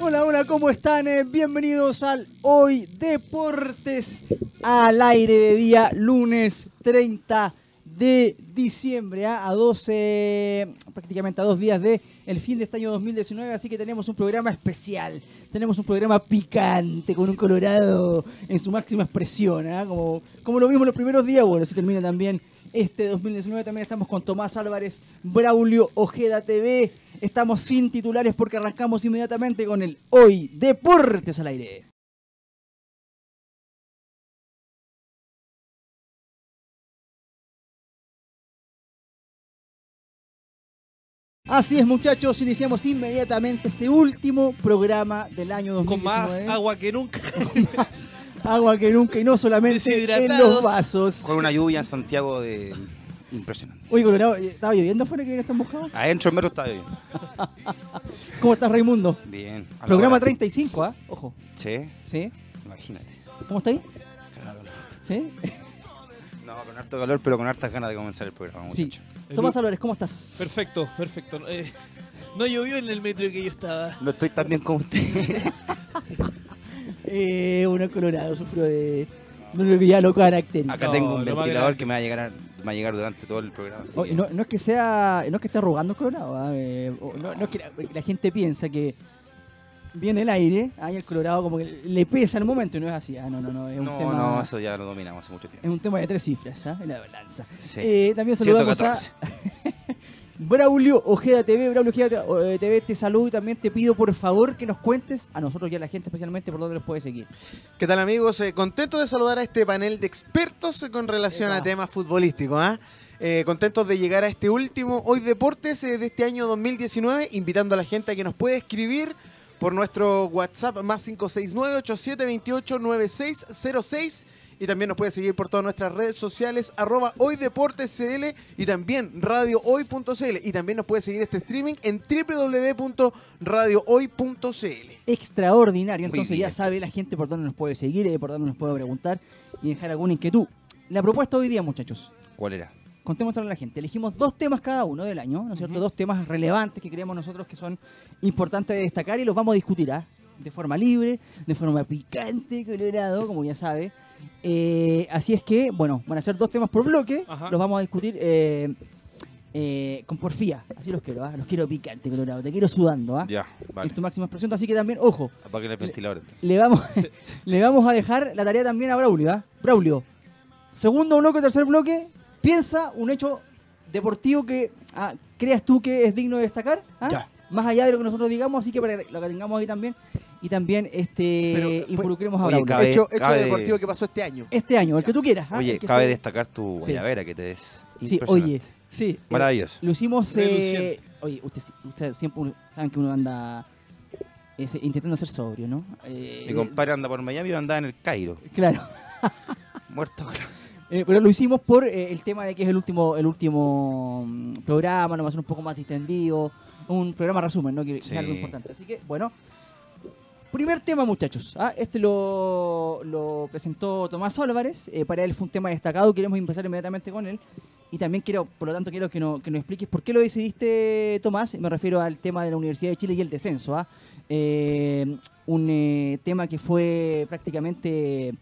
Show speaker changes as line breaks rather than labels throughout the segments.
Hola, hola, ¿cómo están? Eh, bienvenidos al Hoy Deportes al aire de día lunes 30 de diciembre, ¿ah? a 12, prácticamente a dos días de el fin de este año 2019, así que tenemos un programa especial, tenemos un programa picante con un colorado en su máxima expresión, ¿ah? como, como lo vimos los primeros días, bueno, si termina también este 2019 también estamos con Tomás Álvarez, Braulio Ojeda TV. Estamos sin titulares porque arrancamos inmediatamente con el Hoy Deportes al aire. Así es muchachos, iniciamos inmediatamente este último programa del año 2019.
Con más agua que nunca.
Más agua que nunca y no solamente en los
Deshidratados.
vasos.
Con una lluvia en Santiago de impresionante.
Oye, Colorado, eh, ¿estaba lloviendo afuera que viene tan mojado?
Adentro el metro está bien.
¿Cómo estás, Raimundo?
Bien. A la
Programa
hora.
35, ¿ah? Ojo.
Sí,
¿Sí?
imagínate.
¿Cómo está ahí? ¿Sí?
No, con harto calor, pero con hartas ganas de comenzar el programa,
Sí.
muchacho.
Tomás Álvarez, ¿cómo estás?
Perfecto, perfecto. Eh, no llovió en el metro que yo estaba.
No estoy tan bien como usted.
Eh, uno colorado, sufro de, de lo que ya lo caracteriza.
Acá
No,
tengo un
lo más
ventilador
grande.
que me va a llegar, a- me va a llegar durante todo el programa. así
Oye,
que-
no, no es que sea, no es que esté arrugando el colorado, ¿ah? Eh, o- no, no es que la, la gente piensa que viene el aire, ahí el colorado como que le pesa el momento y no es así. Ah, no, no, no, es un
no,
tema...
no, eso ya lo dominamos hace mucho
Es
tiempo.
un tema de tres cifras, ¿ah? En la balanza.
Sí.
Eh, también saludamos a
114.
Braulio Ojeda TV, Braulio Ojeda eh, TV, te saludo y también te pido por favor que nos cuentes, a nosotros y a la gente especialmente, por dónde los puedes seguir.
¿Qué tal amigos? Eh, contento de saludar a este panel de expertos eh, con relación
Epa.
a temas futbolísticos. ¿ah? Eh, contentos de llegar a este último Hoy Deportes eh, de este año 2019, invitando a la gente a que nos pueda escribir por nuestro WhatsApp más 569-8728-9606 y también nos puede seguir por todas nuestras redes sociales arroba Hoy Deportes CL y también radiohoy.cl y también nos puede seguir este streaming en www.radiohoy.cl.
Extraordinario,
Muy
entonces ya
bien.
sabe la gente por dónde nos puede seguir, eh, por dónde nos puede preguntar y dejar alguna inquietud. La propuesta hoy día, muchachos,
¿Cuál era?
contémosle a la gente. Elegimos dos temas cada uno del año, ¿no es cierto? Dos temas relevantes que creemos nosotros que son importantes de destacar y los vamos a discutir, ¿ah? De forma libre, de forma picante, colorado, como ya sabe. Eh, así es que, bueno, van a ser dos temas por bloque,
Ajá.
los vamos a discutir eh, eh, con porfía, así los quiero, ¿ah? Los quiero picante, colorado, te quiero sudando, ¿ah?
Ya, vale.
En tu máxima expresión, así que también, ojo,
Apague el ventilador. entonces.
le vamos, le vamos a dejar la tarea también a Braulio, ¿ah? Braulio, segundo bloque, tercer bloque, piensa un hecho deportivo que ah, creas tú que es digno de destacar, ¿ah?
Ya.
más allá de lo que nosotros digamos, así que para que lo que tengamos ahí también, y también este
Pero, pues,
involucremos a
oye,
Braulio.
cabe-
hecho hecho
cabe-
deportivo que pasó este año.
este año, el que tú quieras. ¿ah?
Oye,
El que
cabe
esté-
destacar tu
Sí.
guayabera que te des.
Sí,
Impresionante.
oye, sí. eh,
Maravilloso.
Lo hicimos. eh,
Reluciente.
oye, ustedes usted siempre uno- saben que uno anda ese, intentando ser sobrio, ¿no? Eh,
Mi compadre anda por Miami y anda en el Cairo.
Claro.
Muerto. claro.
Eh, pero lo hicimos por eh, el tema de que es el último el último mm, programa, nos va a ser un poco más distendido, un programa resumen, ¿no? Que
Sí.
es algo importante. Así que, bueno. Primer tema, muchachos. Ah, Este lo, lo presentó Tomás Álvarez. eh, para él fue un tema destacado. Queremos empezar inmediatamente con él. Y también quiero, por lo tanto, quiero que, no- que nos expliques por qué lo decidiste, Tomás. Me refiero al tema de la Universidad de Chile y el descenso. ¿ah? Eh, un eh, tema que fue prácticamente...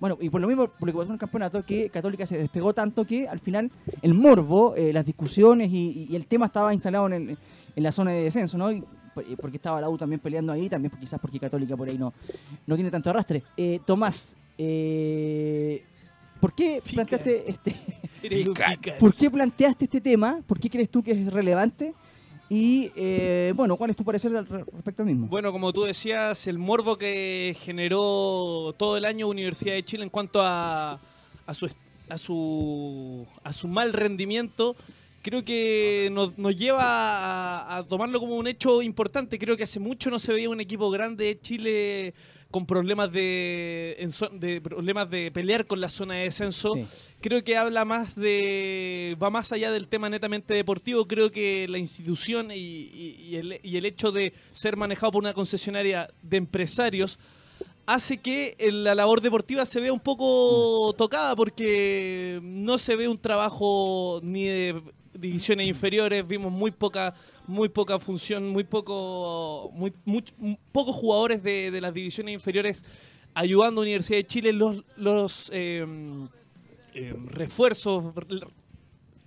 Bueno, y por lo mismo, por lo que pasó en el campeonato, que Católica se despegó tanto que al final el morbo, eh, las discusiones y, y el tema estaba instalado en, el- en la zona de descenso, ¿no? Y por- y porque estaba la U también peleando ahí, también quizás porque Católica por ahí no, no tiene tanto arrastre. Eh, Tomás, eh, ¿por qué
Pica.
planteaste este,
Eres un
Picante.
picante.
¿Por qué planteaste este tema? ¿Por qué crees tú que es relevante? Y eh, bueno, ¿cuál es tu parecer al re- respecto al mismo?
Bueno, como tú decías, el morbo que generó todo el año Universidad de Chile en cuanto a, a, su, est- a, su, a su mal rendimiento, creo que nos, nos lleva a, a tomarlo como un hecho importante. Creo que hace mucho no se veía un equipo grande de Chile con problemas de, en zo- de problemas de pelear con la zona de descenso
Sí.
creo que habla más de. va más allá del tema netamente deportivo. Creo que la institución y, y- y el, y el hecho de ser manejado por una concesionaria de empresarios hace que el- la labor deportiva se vea un poco tocada porque no se ve un trabajo ni de divisiones inferiores, vimos muy poca, muy poca función, muy poco, muy, much- m- pocos jugadores de, de las divisiones inferiores ayudando a Universidad de Chile. Los, los eh, eh, refuerzos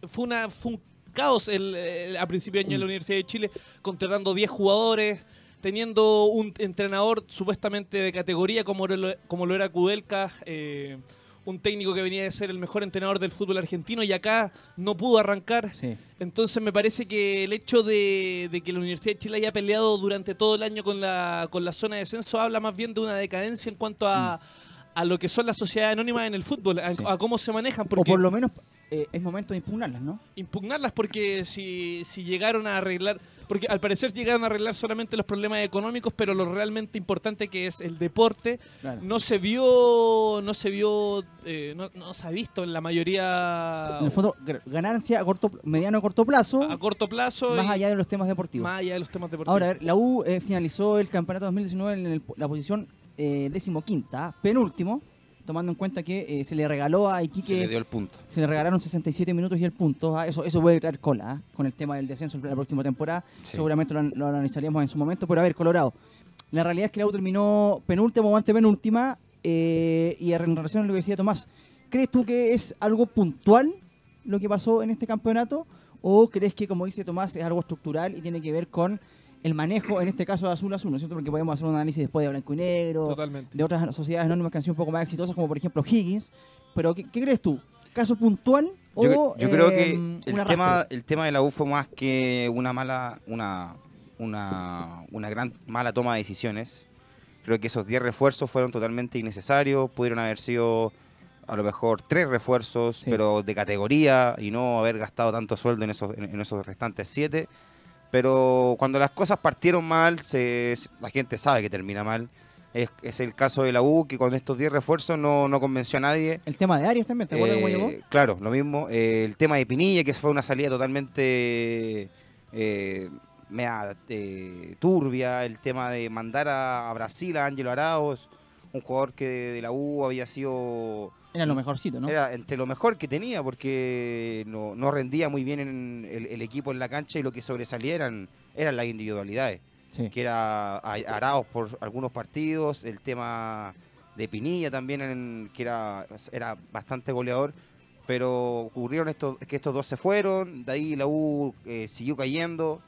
fue una fue un caos el, el- a principio de año en la Universidad de Chile, contratando 10 jugadores, teniendo un entrenador supuestamente de categoría como lo, como lo era Kudelka, eh, un técnico que venía de ser el mejor entrenador del fútbol argentino y acá no pudo arrancar.
Sí.
Entonces me parece que el hecho de, de que la Universidad de Chile haya peleado durante todo el año con la, con la zona de descenso habla más bien de una decadencia en cuanto a, a lo que son las sociedades anónimas en el fútbol, a,
Mm. Sí.
a cómo se manejan.
O
Porque
por lo menos eh, es momento de impugnarlas, ¿no?
impugnarlas porque si, si llegaron a arreglar, porque al parecer llegaron a arreglar solamente los problemas económicos, pero lo realmente importante que es el deporte
Claro.
no se vio, no se vio, eh, no, no se ha visto en la mayoría
En el fondo, gr- ganancia a corto, mediano a corto plazo,
a corto plazo,
más
y
allá de los temas deportivos.
más allá de los temas deportivos.
Ahora, a ver, la U eh, finalizó el campeonato 2019 en el- la posición eh, decimoquinta, penúltimo, tomando en cuenta que eh, se le regaló a Iquique,
Se le dio el punto.
regalaron 67 minutos y el punto. ah, Eso, eso puede traer cola ah, con el tema del descenso la próxima temporada.
Sí.
Seguramente lo, an- lo analizaríamos en su momento. Pero a ver, Colorado, la realidad es que la U terminó penúltimo o antepenúltima. eh, y en relación a lo que decía Tomás, ¿crees tú que es algo puntual lo que pasó en este campeonato? ¿O crees que, como dice Tomás, es algo estructural y tiene que ver con el manejo, en este caso, de azul a azul? ¿No es cierto? Porque podemos hacer un análisis después de blanco y negro,
Totalmente.
de otras sociedades anónimas que han sido un poco más exitosas, como por ejemplo Higgins. Pero, ¿qué, qué crees tú? ¿Caso puntual o
Yo, yo creo que
em, un
el
arrastre?
tema, el tema de la U fue más que una mala, una, una, una gran mala toma de decisiones. Creo que esos 10 refuerzos fueron totalmente innecesarios. Pudieron haber sido a lo mejor tres refuerzos,
Sí.
pero de categoría y no haber gastado tanto sueldo en esos, en, en esos restantes 7. Pero cuando las cosas partieron mal, se, la gente sabe que termina mal. Es, es el caso de la U, que con estos 10 refuerzos no, no convenció a nadie.
El tema de Arias también, ¿te acuerdas cómo
Eh,
llegó?
Claro, lo mismo. Eh, el tema de Pinilla, que fue una salida totalmente eh, mea, eh, turbia. El tema de mandar a, a Brasil a Ángelo Araos, un jugador que de, de la U había sido.
Era lo mejorcito, ¿no?
Era entre lo mejor que tenía, porque no, no rendía muy bien en el, el equipo en la cancha y lo que sobresalía eran, eran las individualidades
Sí.
que era a- Araos por algunos partidos, el tema de Pinilla también, en- que era, era bastante goleador, pero ocurrieron estos, que estos dos se fueron, de ahí la U eh, siguió cayendo,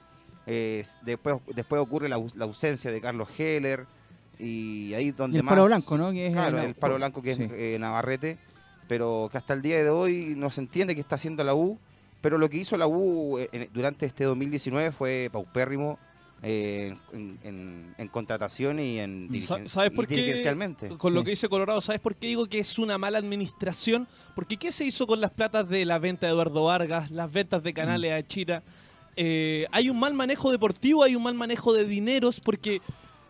eh, s- después, después ocurre la, aus- la ausencia de Carlos Heller, y ahí
Y
donde
el
más...
paro blanco, ¿no? Que es
Claro,
la-
el paro blanco que
Sí.
es eh, Navarrete, pero que hasta el día de hoy no se entiende qué está haciendo la U, pero lo que hizo la U eh, en- durante este 2019 fue paupérrimo eh, en, en- en contratación y en dirigen-
Sa- ¿Sabes
y
por qué?
dirigencialmente.
Con lo
Sí.
que dice Colorado, ¿sabes por qué digo que es una mala administración? Porque ¿qué se hizo con las platas de la venta de Eduardo Vargas, las ventas de canales a China? Eh, hay un mal manejo deportivo, hay un mal manejo de dineros, porque,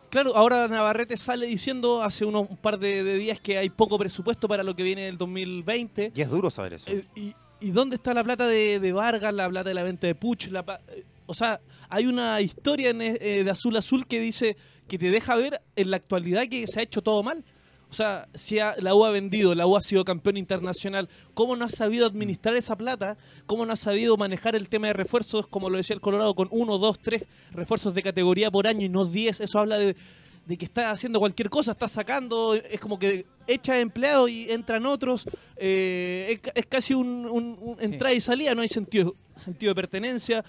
claro, ahora Navarrete sale diciendo hace unos un par de, de días que hay poco presupuesto para lo que viene del 2020.
Y es duro saber eso.
Eh, y, y dónde está la plata de, de Vargas, la plata de la venta de Puch? La, pa- eh, o sea, hay una historia en, eh, de Azul a Azul que dice que te deja ver en la actualidad que se ha hecho todo mal. O sea, si ha- la U ha vendido, la U ha sido campeón internacional, ¿cómo no ha sabido administrar esa plata? ¿Cómo no ha sabido manejar el tema de refuerzos, como lo decía el Colorado, con uno, dos, tres refuerzos de categoría por año y no diez? Eso habla de, de que está haciendo cualquier cosa, está sacando, es como que echa empleados y entran otros, eh, es, ca- es casi un, un- un entrada y salida, no hay sentido, sentido de pertenencia,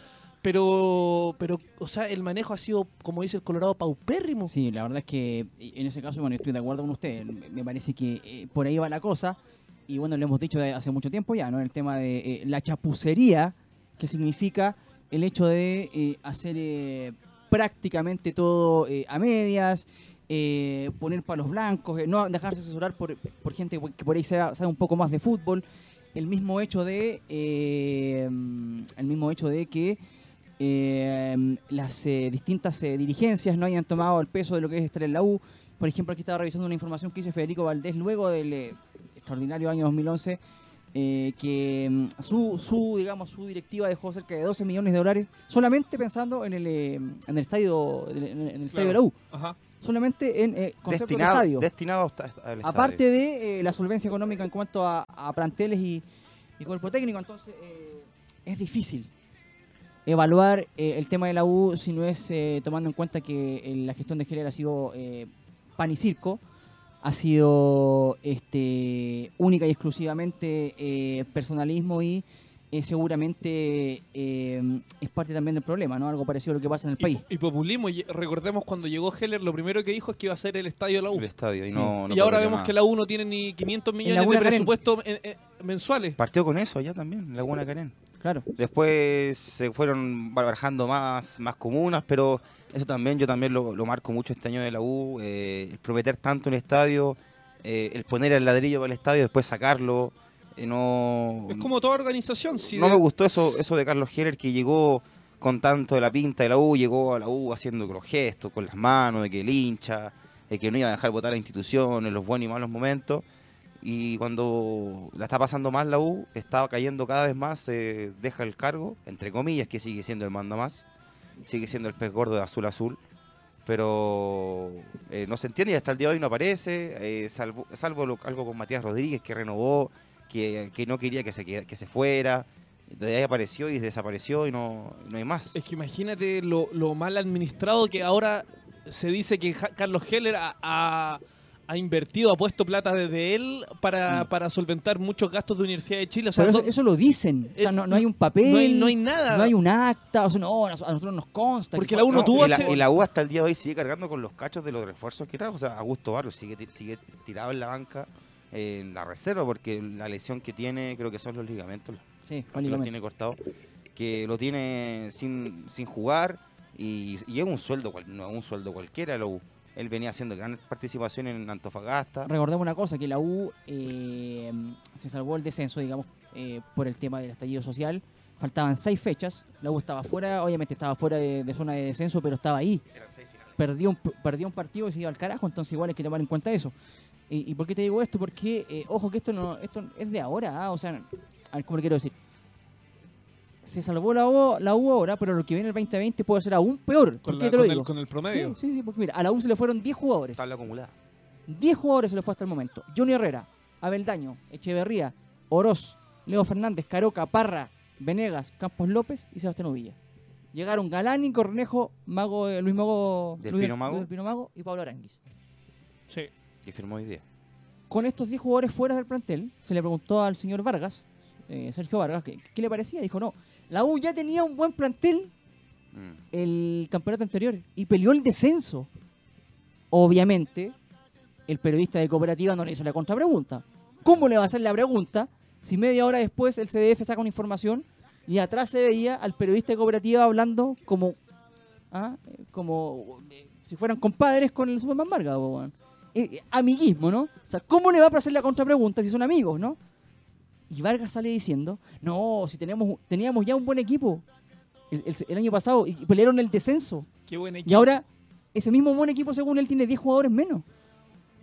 pero, pero, o sea, el manejo ha sido, como dice el Colorado, paupérrimo.
Sí, la verdad es que y- en ese caso, bueno, estoy de acuerdo con usted. Me me parece que eh, por ahí va la cosa. Y bueno, lo hemos dicho de hace mucho tiempo ya, ¿no? El tema de eh, la chapucería, que significa el hecho de eh, hacer eh, prácticamente todo eh, a medias, eh, poner palos blancos, eh, no dejarse asesorar por, por gente que por ahí sabe, sabe un poco más de fútbol. El mismo hecho de, eh, el mismo hecho de que eh, las eh, distintas eh, dirigencias no hayan tomado el peso de lo que es estar en la U. Por ejemplo, aquí estaba revisando una información que hizo Federico Valdés luego del eh, extraordinario año 2011, eh, que mm, su, su, digamos, su directiva dejó cerca de 12 millones de dólares solamente pensando en el, eh, en el estadio en el- en el estadio de la U,
Ajá.
solamente en eh, concepto de
destinado
estadio.
destinado a esta- al estadio.
Aparte de eh, la solvencia económica en cuanto a, a planteles y, y cuerpo técnico, entonces eh, es difícil evaluar eh, el tema de la U si no es eh, tomando en cuenta que eh, la gestión de Heller ha sido eh, pan y circo, ha sido este, única y exclusivamente eh, personalismo y eh, seguramente eh, es parte también del problema, ¿no? Algo parecido a lo que pasa en el
Y,
país.
y populismo, y recordemos cuando llegó Heller, lo primero que dijo es que iba a ser el estadio de la U.
el estadio. Y,
Sí.
no, no
y ahora
podría
vemos
más.
que la U no tiene ni 500 millones
Laguna
de
Carén.
presupuesto eh, eh, mensuales.
Partió con eso allá también, Laguna Carén.
Claro.
Después se fueron barajando más, más comunas, pero eso también yo también lo, lo marco mucho este año de la U, eh, el prometer tanto un estadio, eh, el poner el ladrillo para el estadio, después sacarlo, eh, no,
Es como toda organización. Si
no
de-
me gustó eso, eso de Carlos Heller que llegó con tanto de la pinta de la U, llegó a la U haciendo los gestos, con las manos, de que el hincha, de que no iba a dejar votar a la institución en los buenos y malos momentos. Y cuando la está pasando mal la U, está cayendo cada vez más, eh, deja el cargo, entre comillas, que sigue siendo el mando más, sigue siendo el pez gordo de azul a azul. Pero eh, no se entiende y hasta el día de hoy no aparece, eh, salvo, salvo lo- algo con Matías Rodríguez que renovó, que, que no quería que se, queda- que se fuera. De ahí apareció y desapareció y no, no hay más.
Es que imagínate lo, lo mal administrado que ahora se dice que Ja- Carlos Heller ha, ha- ha invertido, ha puesto plata desde él
Mm.
para, para solventar muchos gastos de Universidad de Chile. O sea,
Pero eso,
no-
eso lo dicen. O sea,
eh,
no, no hay un papel.
no hay- no hay nada.
No hay un acta. O sea, no, a nos- a nosotros nos consta. que
Porque
fue-
la U no
No,
tuvo
y, la,
hace-
y la U hasta el día de hoy sigue cargando con los cachos de los refuerzos que trajo. O sea, Augusto Barrios sigue, ti- sigue tirado en la banca, eh, en la reserva, porque la lesión que tiene creo que son los ligamentos los
Sí,
que los tiene cortado, que lo tiene sin, sin jugar y, y es un sueldo, cual- no es un sueldo cualquiera. la U. Él venía haciendo gran participación en Antofagasta.
Recordemos una cosa, que la U eh, se salvó el descenso, digamos, eh, por el tema del estallido social. Faltaban seis fechas. La U estaba fuera, obviamente estaba fuera de, de zona de descenso, pero estaba ahí. Perdió un, perdió un partido y se iba al carajo, entonces igual hay que tomar en cuenta eso. ¿Y, y por qué te digo esto? Porque, eh, ojo, que esto no esto es de ahora, ah, o sea, a ver, ¿cómo le quiero decir? Se salvó la U, la U ahora, pero lo que viene el 2020 puede ser aún peor. ¿Por
con,
qué
la-
te lo
con
digo?
el, con el promedio.
Sí, sí, sí, porque mira, a la U se le fueron 10 jugadores.
Tabla acumulada.
10 jugadores se le fue hasta el momento. Johnny Herrera, Abeldaño, Echeverría, Oroz, Leo Fernández, Caroca, Parra, Venegas, Campos López y Sebastián Uvilla. Llegaron Galán y Cornejo, Mago, eh, Luis Mago,
Del
Luis
Pino Mago.
Luis del Pino Mago y Pablo Aranguis.
Sí.
Y firmó hoy día.
Con estos 10 jugadores fuera del plantel, se le preguntó al señor Vargas, eh, Sergio Vargas, que- ¿qué le parecía? Dijo, no, la U ya tenía un buen plantel
Mm.
el campeonato anterior y peleó el descenso. Obviamente, el periodista de cooperativa no le hizo la contrapregunta. ¿Cómo le va a hacer la pregunta si media hora después el CDF saca una información y atrás se veía al periodista de cooperativa hablando como, ah, eh, como eh, si fueran compadres con el Superman Vargas? po, weón. Eh, eh, amiguismo, ¿no? O sea, ¿cómo le va a hacer la contrapregunta si son amigos, no? Y Vargas sale diciendo, no, si tenemos, teníamos ya un buen equipo, el, el- el año pasado y pelearon el descenso.
Qué buen equipo.
Y ahora, ese mismo buen equipo, según él, tiene 10 jugadores menos.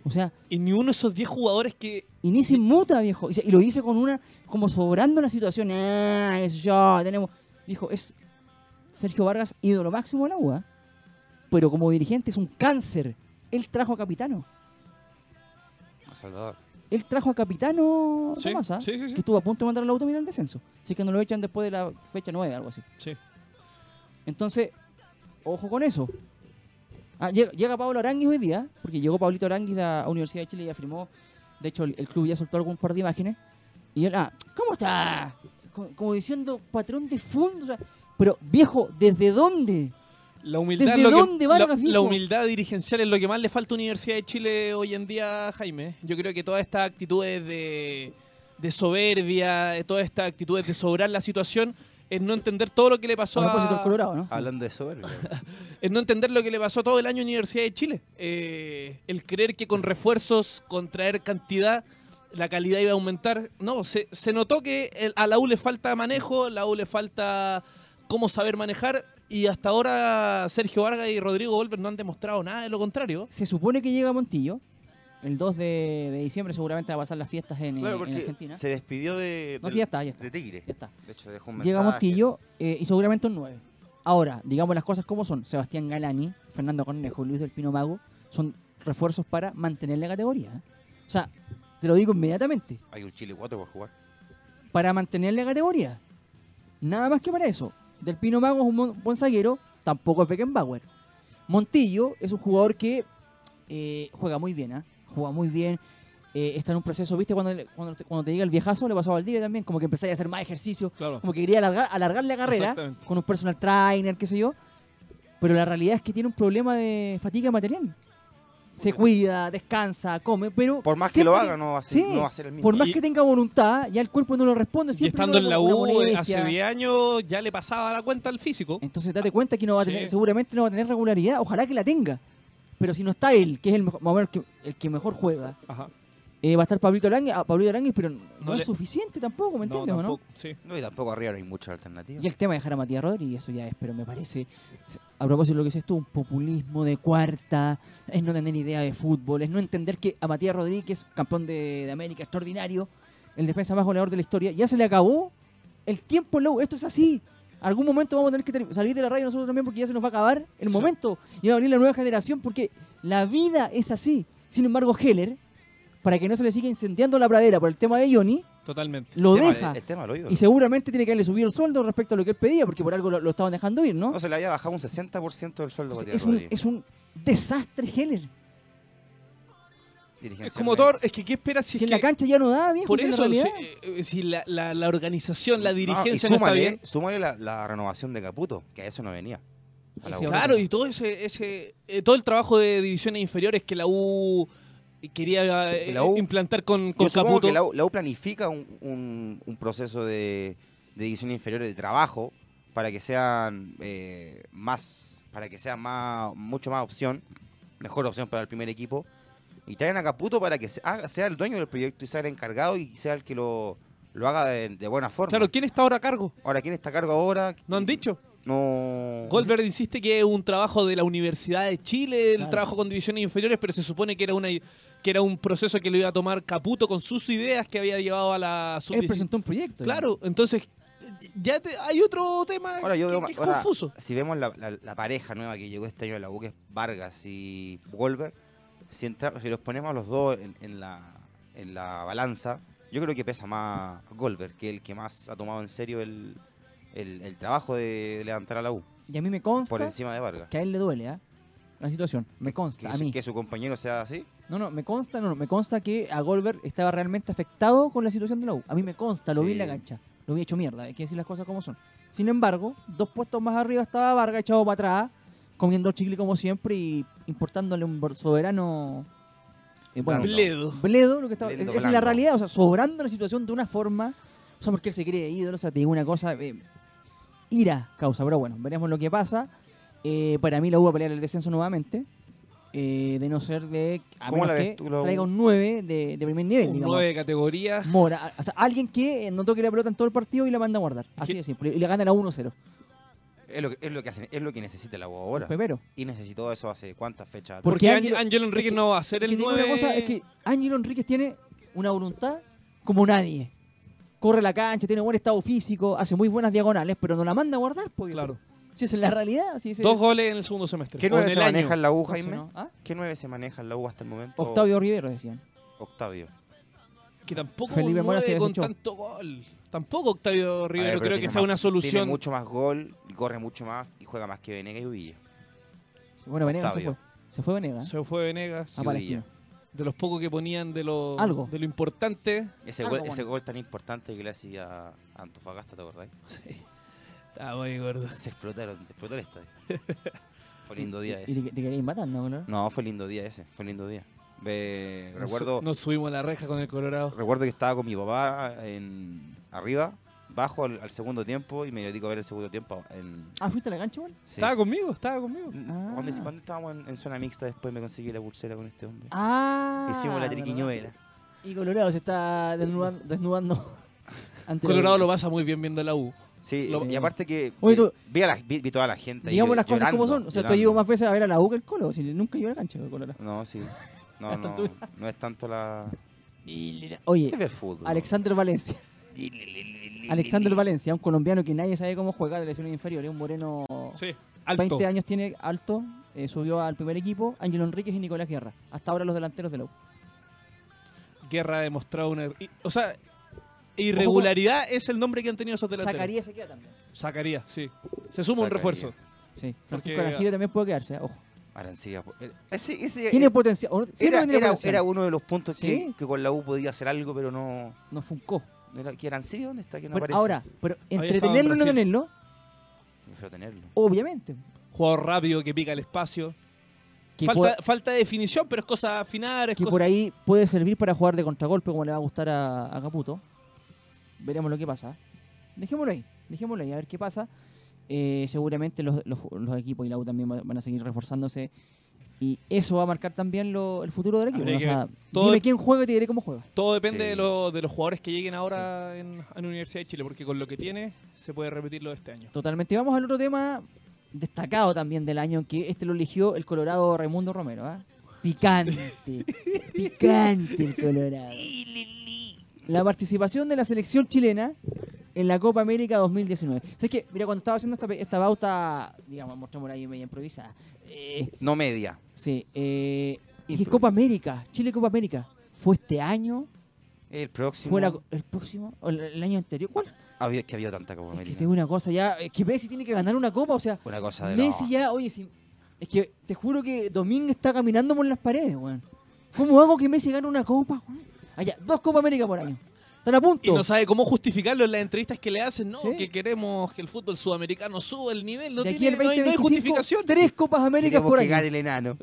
O sea,
Y ni uno de esos 10 jugadores que.
inicia muta, viejo. Y se- Y lo dice con una, como sobrando la situación. Ah, es yo, tenemos. Dijo, es Sergio Vargas, ídolo máximo del agua. ¿eh? Pero como dirigente es un cáncer. Él trajo a Capitano.
A Salvador.
Él trajo a Capitano
Sí,
Tomás, ¿ah?
sí, sí, sí.
que estuvo a punto de mandar al auto mira el descenso. Así que no lo echan después de la fecha 9, algo así.
Sí.
Entonces, ojo con eso. Ah, llega, llega Pablo Aranguis hoy día, porque llegó Pablito Aranguis a a Universidad de Chile y ya firmó. De hecho, el, el club ya soltó algún par de imágenes. Y él, ah, ¿cómo está? Co- Como, diciendo, patrón de fondo. o sea, pero, viejo, ¿desde dónde?
La humildad,
¿Desde
es lo que-
dónde, Vargas,
la- la,
viejo?
humildad dirigencial es lo que más le falta a Universidad de Chile hoy en día, Jaime. Yo creo que todas estas actitudes de, de soberbia, de todas estas actitudes de sobrar la situación, es no entender todo lo que le pasó
A propósito del
a,
Colorado, ¿no?
Hablando de soberbia.
es no entender lo que le pasó todo el año a Universidad de Chile. Eh, el creer que con refuerzos, con traer cantidad, la calidad iba a aumentar. No, se, se notó que el- a la U le falta manejo, a la U le falta cómo saber manejar. Y hasta ahora Sergio Vargas y Rodrigo Golper no han demostrado nada de lo contrario.
Se supone que llega Montillo. El 2 de, de diciembre seguramente va a pasar las fiestas en, eh,
Claro,
en
porque
Argentina.
se despidió de,
No,
del-
sí, ya está, ya está.
de Tigre.
Ya está.
De hecho, dejó un mensaje.
Llega Montillo eh, y seguramente un 9. Ahora, digamos las cosas como son. Sebastián Galani, Fernando Cornejo, Luis del Pino Mago son refuerzos para mantener la categoría. ¿eh? O sea, te lo digo inmediatamente,
Hay un Chile 4 por jugar.
para mantener la categoría. Nada más que para eso. Del Pino Mago es un mon- buen zaguero, tampoco es Beckenbauer. Montillo es un jugador que eh, juega muy bien, ¿ah? Juega muy bien. eh, está en un proceso, ¿viste? Cuando, le- cuando, te, cuando te llega el viejazo, le pasaba al día también, como que empezáis a hacer más ejercicio,
Claro.
como que quería alargar, alargar la carrera
Exactamente.
con un personal trainer, qué sé yo. Pero la realidad es que tiene un problema de fatiga material. Se cuida, descansa, come, pero.
Por más que
siempre
lo haga, no va a ser,
Sí,
no va a ser el mismo.
Por más
Y-
que tenga voluntad, ya el cuerpo no lo responde.
Y
Siempre
estando en
tiene
la
una
U eh,
molestia.
hace 10 años ya le pasaba la cuenta al físico.
Entonces date cuenta que no va a
Sí.
tener, seguramente no va a tener regularidad. Ojalá que la tenga. Pero si no está él, que es el mejor, más o menos el que, el que mejor juega,
Ajá.
eh, va a estar Pablito Aránguiz, ah, Pablito Aránguiz, pero no,
No
es
le-
suficiente tampoco, ¿me entiendes? o ¿no?
tampoco, Sí.
No, y tampoco arriba no hay muchas alternativas.
Y el tema de dejar a Matías Rodríguez, eso ya es, pero me parece, a propósito de lo que dices tú, un populismo de cuarta, es no tener idea de fútbol, es no entender que a Matías Rodríguez, campeón de, de América extraordinario, el defensa más goleador de la historia, ya se le acabó el tiempo, en la U. esto es así. Algún momento vamos a tener que ter- salir de la radio nosotros también porque ya se nos va a acabar el
Sí.
momento y va a venir la nueva generación porque la vida es así. Sin embargo, Heller, para que no se le siga incendiando la pradera por el tema de Johnny,
Totalmente.
lo
el, tema,
deja.
el- el tema lo oído.
Y seguramente tiene que haberle subido el sueldo respecto a lo que él pedía, porque por algo lo, lo estaban dejando ir, ¿no?
No se le había bajado un 60% del sueldo
Entonces,
Matías
es, un,
Rodríguez,
es un desastre, Heller.
Es
dirigencialmente.
como todo, es que ¿qué esperas si,
Si,
es
en la
que-
cancha ya no da, viejo.
Por
si en la
eso, si,
realidad-
eh, si la, la- la organización, la
No, Ah, y ¿eh?
dirigencia no,
súmale,
está bien.
súmale la, la renovación de Caputo, que a eso no venía. A la
Ese
U.
otro.
Claro, y todo ese, ese eh, todo el trabajo de divisiones inferiores que la U quería eh,
Que la U-
implantar con,
Yo
con
supongo
Caputo.
que la U, la U planifica un, un- un proceso de, de divisiones inferiores de trabajo para que sean eh, más, para que sea más, mucho más opción, mejor opción para el primer equipo. Y traen a Caputo para que se- haga- sea el dueño del proyecto y sea el encargado y sea el que lo, lo haga de, de buena forma.
Claro, ¿quién está ahora a cargo?
Ahora, ¿quién está a cargo ahora?
¿No han dicho?
No.
Goldberg insiste que es un trabajo de la Universidad de Chile, el
Claro.
trabajo con divisiones inferiores, pero se supone que era una que era un proceso que lo iba a tomar Caputo con sus ideas que había llevado a la
él
sub
presentó un proyecto.
Claro, entonces ya te- hay otro tema
Ahora yo
que,
veo
que
ma-
es
ahora,
confuso.
Si vemos la, la- la pareja nueva que llegó este año a la U, que es Vargas y Wolver, si, entra- si los ponemos a los dos en, en la, en la balanza, yo creo que pesa más Golver, que es el que más ha tomado en serio el, el- el trabajo de levantar a la U,
Y a mí me consta
por encima de Vargas.
que a él le duele, ¿ah? La situación. Me
Que,
consta, a
su-
mí.
que su compañero sea así.
No, no, me consta, no, no, me consta que a Goldberg estaba realmente afectado con la situación de la U. A mí me consta, lo vi en la
Sí.
cancha. Lo vi hecho mierda, hay que decir las cosas como son. Sin embargo, dos puestos más arriba estaba Vargas echado para atrás, comiendo chicle como siempre y importándole un bor- soberano. eh, bueno,
Blando.
Bledo.
bledo, lo que estaba.
Blendo
es- esa es la
blando.
realidad, o sea, sobrando la situación de una forma. O sea, porque él se cree ídolo, o sea, te digo una cosa. eh, ira causa, pero bueno, veremos lo que pasa. Eh, para mí la U va a pelear el descenso nuevamente. eh, de no ser de. A
¿Cómo la
menos que
ves tú, la U?
traiga un 9 de, de primer nivel,
Un
digamos. Mm,
nueve de categoría.
Mora, o sea, alguien que eh, no toque la pelota en todo el partido y la manda a guardar. Así de simple. Y le gana la 1-0.
Es lo, que- es lo que hacen, es lo que necesita la U ahora.
Pepero.
Y necesitó eso hace cuántas fechas.
Por-
Porque
Porque
Ángel
Ángelo-
Ángel Enrique no va a ser
Es que te
el
digo
9.
Una cosa es que Ángelo Enríquez tiene una voluntad como nadie. Corre la cancha, tiene buen estado físico, hace muy buenas diagonales, pero no la manda a guardar. Porque
Claro.
Si esa es la realidad. Si ese-
Dos goles en el segundo semestre.
¿Qué
O en
nueve se
el año.
maneja en la U,
no sé,
Jaime?
¿no? ¿Ah?
¿Qué nueve se maneja en la U hasta el momento?
Octavio Rivero decían.
Octavio.
Que tampoco
Felipe
un
Mora se
9 con
desechó.
tanto gol. Tampoco Octavio
A ver,
Rivero
pero
creo
tiene
que sea
más-
una
Tiene
solución.
mucho más gol, y corre mucho más y juega más que Venegas y Uvilla.
Bueno, Venegas se
Octavio.
fue. Se fue Venegas.
Se fue Venegas.
a Palestina.
De los pocos que ponían de lo,
Ah. Algo.
de lo importante.
Ese,
Algo
gol, ese
bueno.
gol tan importante que le hacía a Antofagasta, ¿te acordás?
Sí. Está Ah, muy gordo.
Se explotaron, explotó el estadio. fue lindo día
Y
ese.
te, te queréis matar, ¿no? Claro.
No, fue lindo día ese, fue lindo día. Ve-
Nos-
recuerdo,
Nos subimos a la reja con el Colorado.
recuerdo que estaba con mi papá en arriba, bajo al, al segundo tiempo y me dedico a ver el segundo tiempo. En,
Ah, ¿fuiste a la cancha, güey?
sí.
Estaba conmigo, estaba conmigo.
Ah.
Cuando, cuando estábamos en, en zona mixta, después me conseguí la pulsera con este hombre.
Ah.
Hicimos la
¿verdad?
triquiñuela.
Y Colorado se está desnudan- desnudando. ante la
Colorado lo
audiencia.
pasa muy bien viendo la U.
Sí,
Lo-
y aparte que
Oye,
eh,
tú-
vi, a la- vi- vi toda la gente. ahí
Digamos
llor-
las cosas como
llorando,
son. O sea, tú has
llorando.
ido más veces a ver a la U que al Colo. Si nunca he ido a la cancha de Colorado.
No, sí. No,
esta
no,
altura.
no es tanto la...
Oye,
Es ver fútbol.
Alexander Valencia. Alexander Valencia, un colombiano que nadie sabe cómo juega de lesiones inferiores. Un moreno.
Sí. Alto.
20 años tiene alto. eh, subió al primer equipo. Ángel Enríquez y Nicolás Guerra. Hasta ahora los delanteros de la U.
Guerra ha demostrado una. y- O sea, Irregularidad es el nombre que han tenido esos delanteros.
Zacarías se queda también.
Sacaría, sí. Se suma un
Zacarías.
refuerzo.
Sí, Francisco
Porque-
Arancibia también puede quedarse, ¿eh? ojo.
Arancibia. eh, Ese, ese-
Tiene potencial. o no- siempre
eh, era,
tiene
era-
potencial.
era uno de los puntos que-
Sí.
que, con la U podía hacer algo, pero no.
No funcó.
no era- ¿Que Arancibia dónde está? Que no
Pero
aparece.
ahora, pero
estaba en
entre tenerlo y no
Brasil.
tenerlo,
Prefiero tenerlo.
obviamente.
Jugador rápido que pica el espacio.
Que,
falta,
por,
falta de definición, pero es cosa afinar, es
que
cosa-
por ahí puede servir para jugar de contragolpe como le va a gustar a, a Caputo. Veremos lo que pasa. Dejémoslo ahí, dejémoslo ahí, a ver qué pasa. Eh, seguramente los, los- los equipos y la U también va- van a seguir reforzándose. Y eso va a marcar también lo- el futuro del equipo.
Habría
O
que
sea,
ver. Todo-
Dime quién juega y te diré cómo juega.
Todo depende
Sí.
de, lo- de los jugadores que lleguen ahora en, en Universidad de Chile, porque con lo que tiene se puede repetir lo de este año.
Totalmente. Vamos al otro tema destacado también del año, que este lo eligió el Colorado Raimundo Romero. ¿ah? Picante. picante el Colorado. La participación de la selección chilena en la Copa América 2019. ¿Sabes qué? Mira, cuando estaba haciendo esta, pe- esta bauta, digamos, mostramos ahí media improvisada. eh,
No media.
sí. Eh, dije,
Improvisa.
Copa América, Chile Copa América. ¿Fue este año?
El próximo.
¿Fue la- el próximo? ¿O el, el año anterior? ¿Cuál?
Había, que había tanta Copa
Es que
América.
es una cosa ya. Es que Messi tiene que ganar una copa, o sea.
Una cosa de
Messi
no.
ya, oye, si- es que te juro que Domínguez está caminando por las paredes, weón. ¿Cómo hago que Messi gane una copa, weón? Allá, dos Copa América por año. Están a
Y
punto.
no sabe cómo justificarlo en las entrevistas que le hacen, ¿no?
Sí.
Que queremos que el fútbol sudamericano suba el nivel, no,
De aquí
tiene,
al
no hay, no hay
2025,
justificación.
Tres Copas Américas
Queremos
por
que
año.
gane el enano.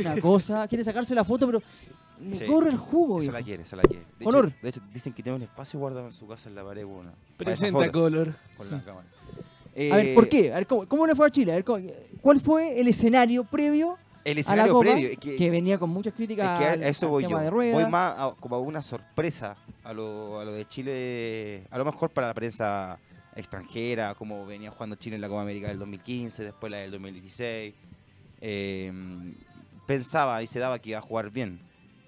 Una cosa, quiere sacarse la foto, pero le
Sí.
corre el jugo,
Se
viejo.
la quiere, se la quiere. De
Color.
Hecho, de hecho, dicen que tiene un espacio guardado en su casa en la pared. Bueno, para esa
Presenta
foto,
color.
con
Sí.
la cámara.
A ver,
Eh,
¿por qué? A ver, ¿cómo, cómo le fue a Chile? A ver, ¿cómo- ¿cuál fue el escenario previo
El
a la
escenario
Copa?
previo. es que-
que venía con muchas críticas
Es que a,
al-
a eso
al
voy
tema
yo.
de rueda.
Voy más a- como a una sorpresa a lo, a lo de Chile, a lo mejor para la prensa extranjera, como venía jugando Chile en la Copa América del 2015, después la del 2016. Eh, pensaba y se daba que iba a jugar bien.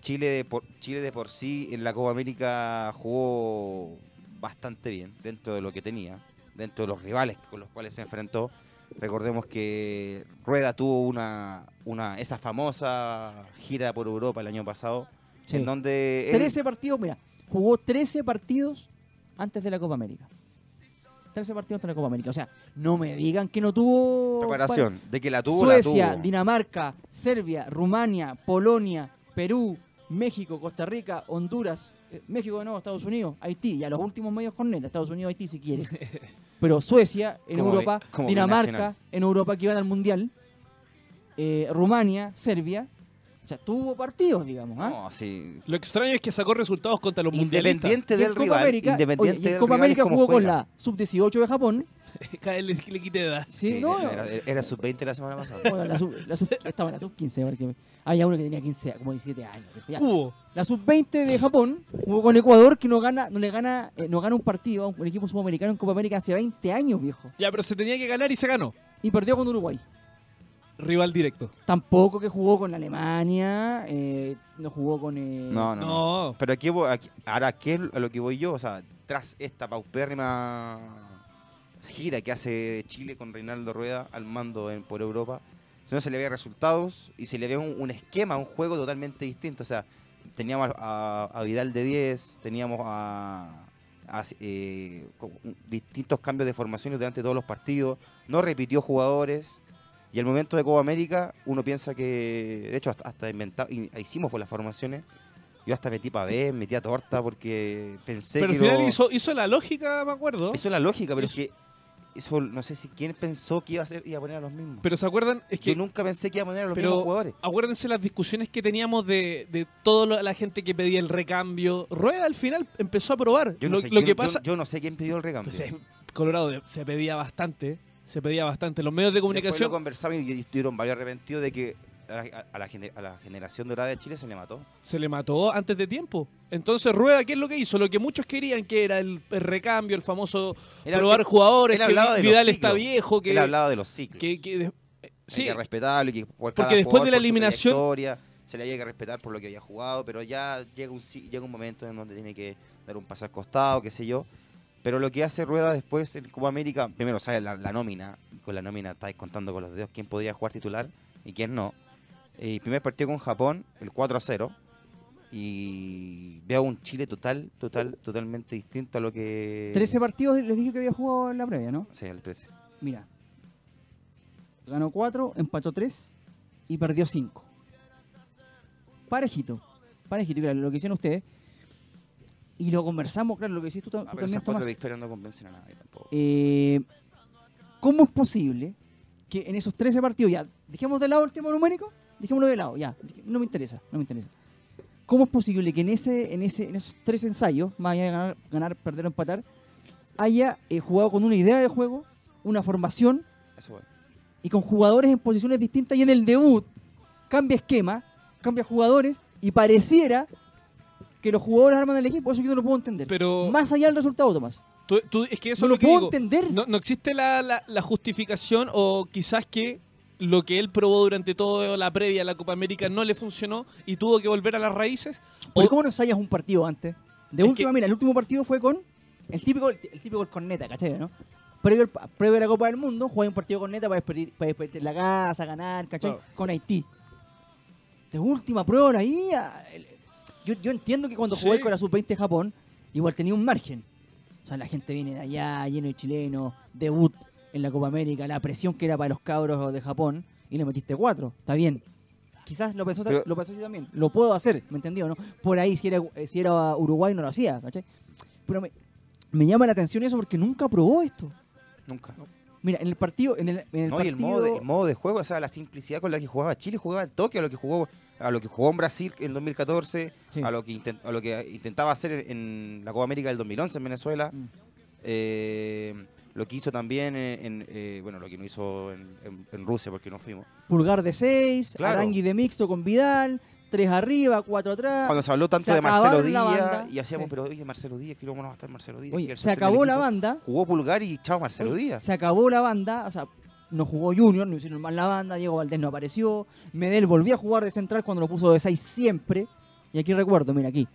Chile de, por, Chile de por sí en la Copa América jugó bastante bien dentro de lo que tenía, dentro de los rivales con los cuales se enfrentó. Recordemos que Rueda tuvo una, una esa famosa gira por Europa el año pasado,
Sí.
en donde él-
13 partidos, mira, jugó 13 partidos antes de la Copa América. 13 partidos antes de la Copa América. O sea, no me digan que no tuvo.
preparación, de que la tuvo,
Suecia,
la tuvo.
Dinamarca, Serbia, Rumania, Polonia, Perú, México, Costa Rica, Honduras, eh, México de nuevo, Estados Unidos, Haití, y a los últimos medios con neta, Estados Unidos, Haití si quiere. Pero Suecia en
Como bi-
Europa,
como
Dinamarca
binacional.
en Europa que iban al Mundial, eh, Rumania, Serbia. O sea, tuvo partidos, digamos. ¿ah?
No, sí.
Lo extraño es que sacó resultados contra los mundialistas.
Y
Independiente
en
del
Copa
rival,
América,
independiente
oye, y en
del
Copa
rival
América
es como
jugó con
juega.
la sub-18 de Japón.
Cada vez le, le quite edad.
Sí,
Sí,
no,
era, era sub-20 la semana pasada.
Bueno, la sub, la sub- estaba en la sub-15, porque había uno que tenía 15, como 17 años. Ya.
Cubo.
La sub-20 de Japón jugó con Ecuador que no gana, no le gana, eh, no gana un partido a un un equipo sudamericano en Copa América hace 20 años, viejo.
Ya, pero se tenía que ganar y se ganó.
Y perdió con Uruguay.
Rival directo.
Tampoco que jugó con Alemania, eh, no jugó con... eh,
No, no, no.
No.
Pero aquí, voy- aquí- ahora, ¿qué es a lo que voy yo? O sea, tras esta paupérrima gira que hace Chile con Reinaldo Rueda al mando en, por Europa, no se le veía resultados y se le veía un, un esquema, un juego totalmente distinto. O sea, teníamos a, a Vidal de 10, teníamos a, a- eh, como un- distintos cambios de formaciones durante todos los partidos, no repitió jugadores. Y al momento de Copa América, uno piensa que, de hecho, hasta, hasta inventa- y- hicimos por las formaciones. Yo hasta metí pavé, metí a torta porque pensé
Pero al
que.
final
lo-
hizo, hizo la lógica, me acuerdo.
eso es la lógica, pero es que eso no sé si quién pensó que iba a hacer iba a poner a los mismos.
Pero se acuerdan, es que
Yo nunca pensé que iba a poner a los
pero-
mismos jugadores.
acuérdense las discusiones que teníamos de, de toda la gente que pedía el recambio. Rueda al final empezó a probar.
Yo no
lo
sé,
lo
yo-
que
yo-
pasa.
Yo, no sé quién pidió el recambio.
Pues, eh, Colorado de- se pedía bastante. Se pedía bastante. Los medios de
Después lo
comunicación.
conversaban y estuvieron varios arrepentidos de que a la, a la gener- a la generación dorada de Chile se le mató.
se le mató antes de tiempo. Entonces Rueda, ¿qué es lo que hizo? Lo que muchos querían, que era el, el recambio, el famoso
Era-
probar jugadores,
él
que
hablaba
Vi-
de los
Vidal
ciclos.
está viejo, que...
Él hablaba de los ciclos.
que- que de- eh,
Sí.
sí,
Hay que respetarlo y que por
Porque
cada
después de
jugador,
la
por su
eliminación-
trayectoria, se le había que respetar por lo que había jugado, pero ya llega un, si- llega un momento en donde tiene que dar un paso al costado, qué sé yo. Pero lo que hace Rueda después en Copa América, primero sale la, la nómina, y con la nómina estáis contando con los dedos quién Eh, podía jugar titular y quién no. Y primer partido con Japón, el 4 a 0. y veo un Chile total, total, totalmente distinto a lo que...
13 partidos les dije que había jugado en la previa, ¿no?
Sí, Ah, el 13.
Mira. Ganó 4, empató 3 y perdió 5. Parejito. Parejito, claro, lo que hicieron ustedes. Y lo conversamos, claro, lo que hiciste tú, tam-
Ah,
tú
pero esas
también,
cuatro
Tomás.
victorias no convencen a nadie tampoco.
Eh, ¿Cómo es posible que en esos 13 partidos, ya, dejemos de lado el tema numérico, dejémoslo de lado, ya, no me interesa, no me interesa. ¿Cómo es posible que en, ese, en, ese, en esos tres ensayos, más allá de ganar, ganar, perder o empatar, haya eh, jugado con una idea de juego, una formación
Eso voy.
y con jugadores en posiciones distintas y en el debut cambia esquema, cambia jugadores y pareciera que los jugadores arman el equipo? Eso yo no lo puedo entender.
Pero-
Más allá del resultado, Tomás.
Tú- tú- es que eso
No
es
lo
que
puedo
digo.
entender.
No, no existe la, la- la justificación o quizás que lo que él probó durante toda la previa a la Copa América no le funcionó y tuvo que volver a las raíces.
Porque
O-
¿Cómo no ensayas un partido antes? De
Es
última,
que-
mira, el último partido fue con el típico, el típico el corneta, ¿cachai? ¿no? Previo, al pa- previo a la Copa del Mundo, jugáis un partido con neta para despedir, para despedirte en la casa, ganar, ¿cachai?
Claro.
Con Haití. De última prueba ahí. a- el- Yo, yo entiendo que cuando
Sí.
jugáis con la sub-20 de Japón, igual tenía un margen. O sea, la gente viene de allá, lleno de chilenos, debut en la Copa América, la presión que era para los cabros de Japón, y le metiste cuatro. Está bien. Quizás lo pensó,
Pero-
lo pensó así también. Lo puedo hacer, ¿me entendió? ¿no? Por ahí, si era, eh, si era Uruguay, no lo hacía, ¿cachai? Pero me, me llama la atención eso porque nunca probó esto.
Nunca.
Mira, en el partido. En el, en el
no, y el
partido-
modo, de, el modo de juego, o sea, la simplicidad con la que jugaba Chile, jugaba en Tokio, a lo que jugó, a lo que jugó en Brasil en 2014,
Sí.
a, lo que inten- a lo que intentaba hacer en la Copa América del 2011 en Venezuela,
Mm.
eh, lo que hizo también en, en, eh, bueno, lo que no hizo en, en- en Rusia porque no fuimos.
Pulgar de 6,
Claro.
Arangui de mixto con Vidal, 3 arriba, 4 atrás.
Cuando se habló tanto
se
de Marcelo
acabaron la
Díaz
banda,
y hacíamos,
sí.
pero oye, Marcelo Díaz, que no va a estar Marcelo Díaz. que
Oye,
el
se
sostén del
acabó la
equipo-
banda.
Jugó Pulgar y chao Marcelo
Oye,
Díaz.
Se acabó la banda, o sea, no jugó Junior, no hicieron mal la banda, Diego Valdés no apareció, Medel volvió a jugar de central cuando lo puso de 6 siempre. Y aquí recuerdo, mira aquí,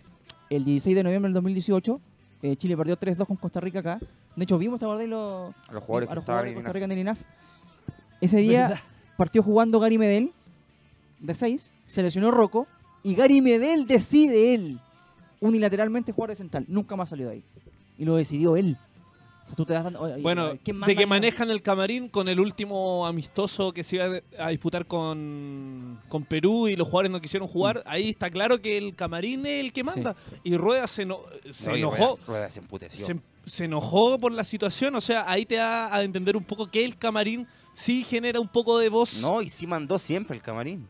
el 16 de noviembre del 2018, eh, Chile perdió 3-2 con Costa Rica acá. De hecho, vimos, ¿te acordás? Los,
A los jugadores
a
que
los
estaban
jugadores de
en
Costa Rica en el INAF. Ese día partió jugando Gary Medel de 6, se lesionó Rocco y Gary Medel decide él unilateralmente jugar de central. Nunca más salió de ahí. Y lo decidió él. O sea, tú te das dando- oye,
Bueno,
¿quién manda
de que
acá?
manejan el camarín con el último amistoso que se iba a disputar con, con Perú y los jugadores no quisieron
Mm.
jugar, ahí está claro que el camarín es el que manda. Y Rueda se, eno- se
No, y
enojó.
Rueda- Rueda se emputeció.
se, se enojó por la situación, o sea, ahí te da a entender un poco que el camarín sí genera un poco de voz.
No, y sí mandó siempre el camarín.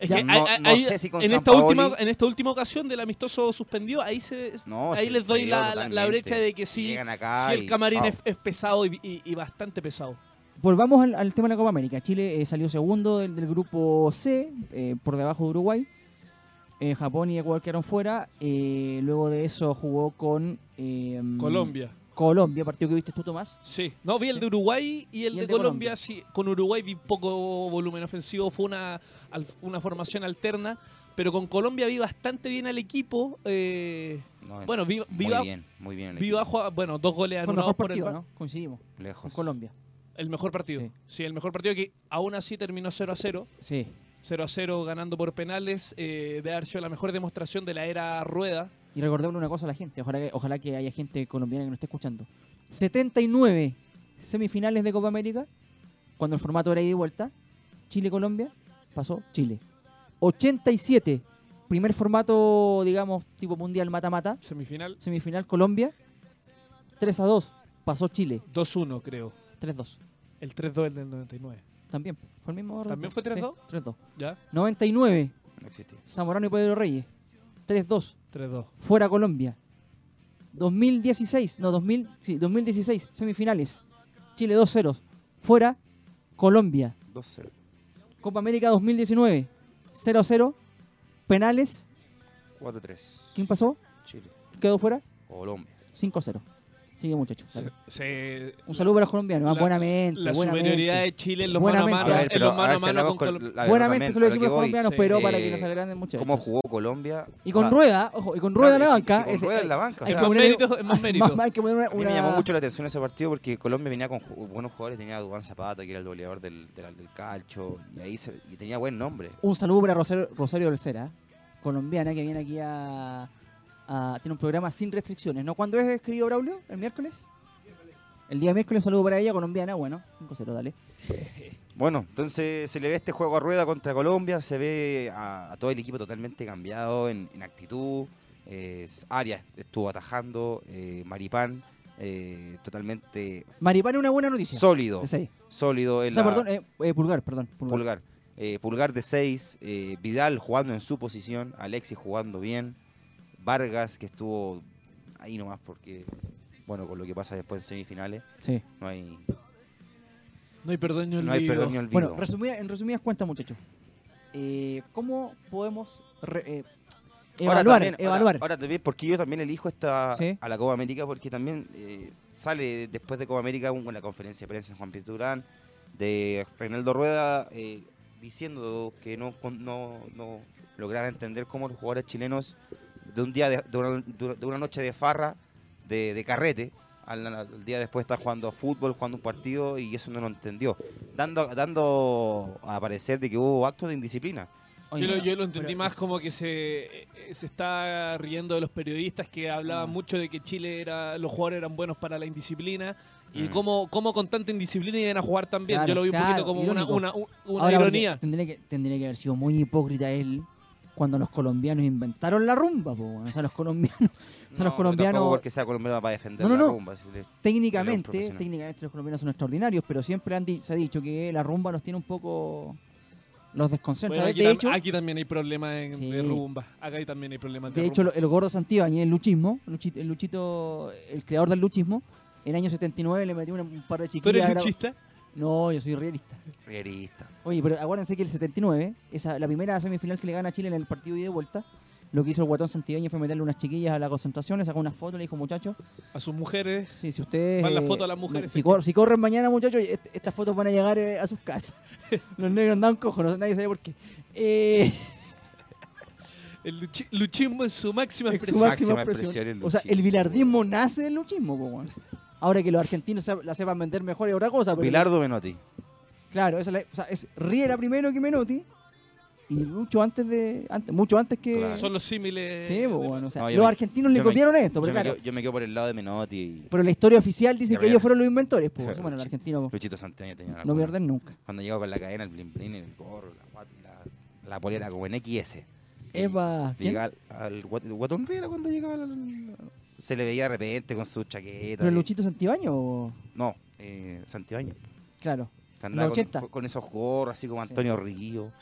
Es
Ya.
que
No-
ahí- ahí-
no
ahí-
sé si con
en esta
Sampaoli-
última en esta última ocasión del amistoso suspendido, ahí se
No,
ahí
se-
les
se
doy
dio
la, la- la
totalmente.
brecha de que sí,
Llegan acá
sí
y
el camarín
chao.
es, es pesado y, y- y bastante pesado.
Volvamos al, al tema de la Copa América. Chile eh, salió segundo del, del grupo C, eh, por debajo de Uruguay. Eh, Japón y Ecuador quedaron fuera. Eh, luego de eso jugó con eh,
Mm. Colombia.
Colombia, partido que viste tú, Tomás.
Sí, no, vi el de Uruguay y el, de, Colombia,
Colombia.
sí, con Uruguay vi poco volumen ofensivo, fue una, al- una formación alterna, pero con Colombia vi bastante bien al equipo, eh,
No,
bueno, vi, vi
muy
ba-
bien, muy bien. el
vi
equipo.
bajo, a- bueno, dos goles
Fue el
anulados
mejor
por
partido,
el,
¿no? Coincidimos. Con
Lejos.
Colombia.
el mejor partido.
Sí.
Sí. el mejor partido que aún así terminó 0 a 0,
Sí.
0 a 0 ganando por penales, eh, de haber sido la mejor demostración de la era Rueda.
Y recordémosle una cosa a la gente, ojalá que, ojalá que haya gente colombiana que nos esté escuchando. 79 semifinales de Copa América, cuando el formato era ida y vuelta, Chile-Colombia, pasó Chile. 87, primer formato, digamos, tipo mundial mata-mata,
Semifinal
semifinal Colombia, 3 a 2, pasó Chile,
2-1 creo,
3 2.
el 3-2 el del 99,
También, fue el mismo orden.
¿También fue 3-2?
3 2.
¿ya?
99,
No existía.
Zamorano y Pedro Reyes, 3 2.
3-2.
fuera Colombia. 2016, no, 2000, sí, 2016, semifinales. Chile 2-0, fuera Colombia.
2-0.
Copa América 2019, 0-0, penales.
4-3.
¿Quién pasó?
Chile.
Quedó fuera
Colombia.
5-0. Sigue muchachos. dale.
Se-
Un saludo para los colombianos. ah,
la-
buenamente.
La
buenamente.
superioridad de Chile en los mano a
Buenamente.
A
mano,
ver,
en
pero
los
a
mano a
ver,
mano
seamos
con
con-
Col-
la verdad
Buenamente
también,
se lo
a que
decimos a los
voy,
colombianos,
sí.
pero para que
eh,
nos agranden mucho.
¿Cómo jugó Colombia?
Y con
O sea,
Rueda, ojo, y con Rueda en la
claro, es que-
banca.
Con
ese-
Rueda en la banca. o
hay
sea,
que
más
poner-
mérito, es más mérito.
Más, hay que poner una,
a mí me
una-
llamó mucho la atención ese partido porque Colombia venía con ju- buenos jugadores. Tenía a Duván Zapata, que era el goleador del, del, del calcho. Y ahí se- y tenía buen nombre.
Un saludo para Rosario, Rosario Olcera, ¿eh? colombiana que viene aquí a, a- Tiene un programa sin restricciones, ¿no? ¿Cuándo es, querido Braulio? ¿El miércoles? El día miércoles, un saludo para ella, colombiana, bueno, 5-0, dale.
Bueno, entonces se le ve este juego a rueda contra Colombia, se ve a, a todo el equipo totalmente cambiado en, en actitud. eh, Arias estuvo atajando, eh, Maripán eh, totalmente
Maripán, una buena noticia.
sólido,
Es ahí.
sólido en
O sea,
la-
perdón, eh, eh, pulgar, perdón. Pulgar.
Pulgar. Eh, pulgar de 6, Vidal jugando en su posición, Alexis jugando bien, Vargas que estuvo ahí nomás porque, bueno, con lo que pasa después en semifinales,
Sí.
no hay,
No hay perdón ni olvido.
no hay perdón ni olvido.
Bueno, resumida- en resumidas cuentas, muchachos, eh, ¿cómo podemos re- eh,
Ahora
evaluar?
también- ahora-
evaluar?
Ahora, también, porque yo también elijo esta
Sí.
a la Copa América, porque también eh, sale después de Copa América un- una conferencia de prensa de Juan Pinto Durán, de Reinaldo Rueda, eh, diciendo que no, con- no, no lograba entender cómo los jugadores chilenos de un día de, de una, de una noche de farra, de, de carrete, al, al día después están jugando fútbol, jugando un partido, y eso no lo entendió, dando, dando a parecer de que hubo actos de indisciplina.
Oye,
Yo lo,
no,
yo lo entendí
pero
más
es-
como que se, eh, se está riendo de los periodistas que hablaban
Mm.
mucho de que Chile era, los jugadores eran buenos para la indisciplina y
Mm.
cómo, cómo con tanta indisciplina iban a jugar también.
Claro,
yo lo vi un
claro,
poquito como una,
irónico.
una, un- una
Ahora, porque
ironía.
Tendría que, tendría que haber sido muy hipócrita él cuando los colombianos inventaron la rumba, po, o sea, los colombianos O sea, los
pero
colombianos-
tampoco porque sea colombiano para defender
No, no,
la
no.
rumba. si le-
técnicamente,
profesional.
técnicamente los colombianos son extraordinarios, pero siempre han di- se ha dicho que la rumba los tiene un poco los desconcentra.
Bueno,
de
aquí,
de
tam-
hecho,
aquí también hay problemas en-
Sí.
de rumba. Acá hay también hay problemas de,
De hecho,
rumba.
lo- el gordo Santibáñez, el luchismo, Luchito, el luchito, el creador del luchismo, en el año 79 le metió una- un par de
¿Tú
chiquillas.
eres
gra-
luchista?
No, yo soy realista.
Rierista.
Oye, pero acuérdense que el 79, esa, la primera semifinal que le gana a Chile en el partido ida y de vuelta, lo que hizo el guatón Santibáñez fue meterle unas chiquillas a la concentración, le sacó una foto, le dijo, muchachos,
A sus mujeres.
sí, si ustedes...
Van las
eh,
fotos a las mujeres,
Si,
sí.
cor- si corren mañana, muchachos, est- estas fotos van a llegar eh, a sus casas. Los negros andan cojos, no, nadie sabe por qué. Eh...
El luchi- luchismo en su máxima
Es su
expresión.
máxima
Máxima
expresión.
expresión, el
o sea, el
luchismo,
bilardismo
weón.
nace del luchismo, po, weón. Ahora que los argentinos se- la sepan vender mejor es otra cosa. Pero
Bilardo Menotti.
Claro, esa es, la- o sea, es Riera primero que Menotti y mucho antes de antes, mucho antes que
Claro.
Son los símiles.
Sí, po, weón, o sea,
No, yo
los
me-
argentinos le
yo me-
copiaron esto,
Yo
pero
me,
claro.
quedo, yo me quedo por el lado de Menotti. y
Pero la historia oficial dice
Ya,
que
ya.
ellos fueron los inventores, po.
Ya,
Bueno, los
sí.
argentinos po,
Luchito Santana tenía la
no
culpa.
pierden nunca.
Cuando llegó con la cadena, el blin blin, el gorro, la, guata, la, la polera como en XS.
Eva, ¿quién?
Llega al, al guat- Guatón Riera cuando llegaba. al- se le veía de repente con su chaqueta.
¿Pero
y-
Luchito Santibaño o...?
No, eh, Santibáñez.
Claro.
Que andaba con-
80.
Con, esos gorros, así como Antonio Río.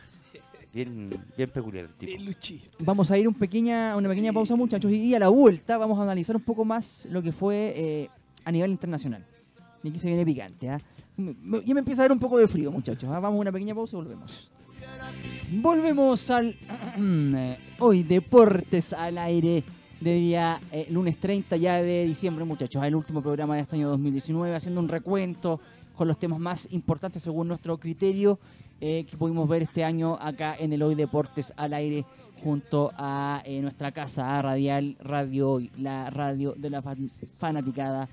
Bien, bien peculiar el
El
tipo.
luchista.
Vamos a ir un pequeña, una pequeña pausa, muchachos, y y a la vuelta vamos a analizar un poco más lo que fue eh, a nivel internacional. Y aquí se viene picante, ¿ah? Me- me- Ya me empieza a dar un poco de frío, muchachos. ¿ah? Vamos a una pequeña pausa y volvemos. Volvemos al eh, hoy Deportes al aire de día eh, lunes 30 ya de diciembre, muchachos. El último programa de este año 2019, haciendo un recuento con los temas más importantes según nuestro criterio eh, que pudimos ver este año acá en el Hoy Deportes al aire junto a eh, nuestra casa a radial Radio Hoy, la radio de la fan- fanaticada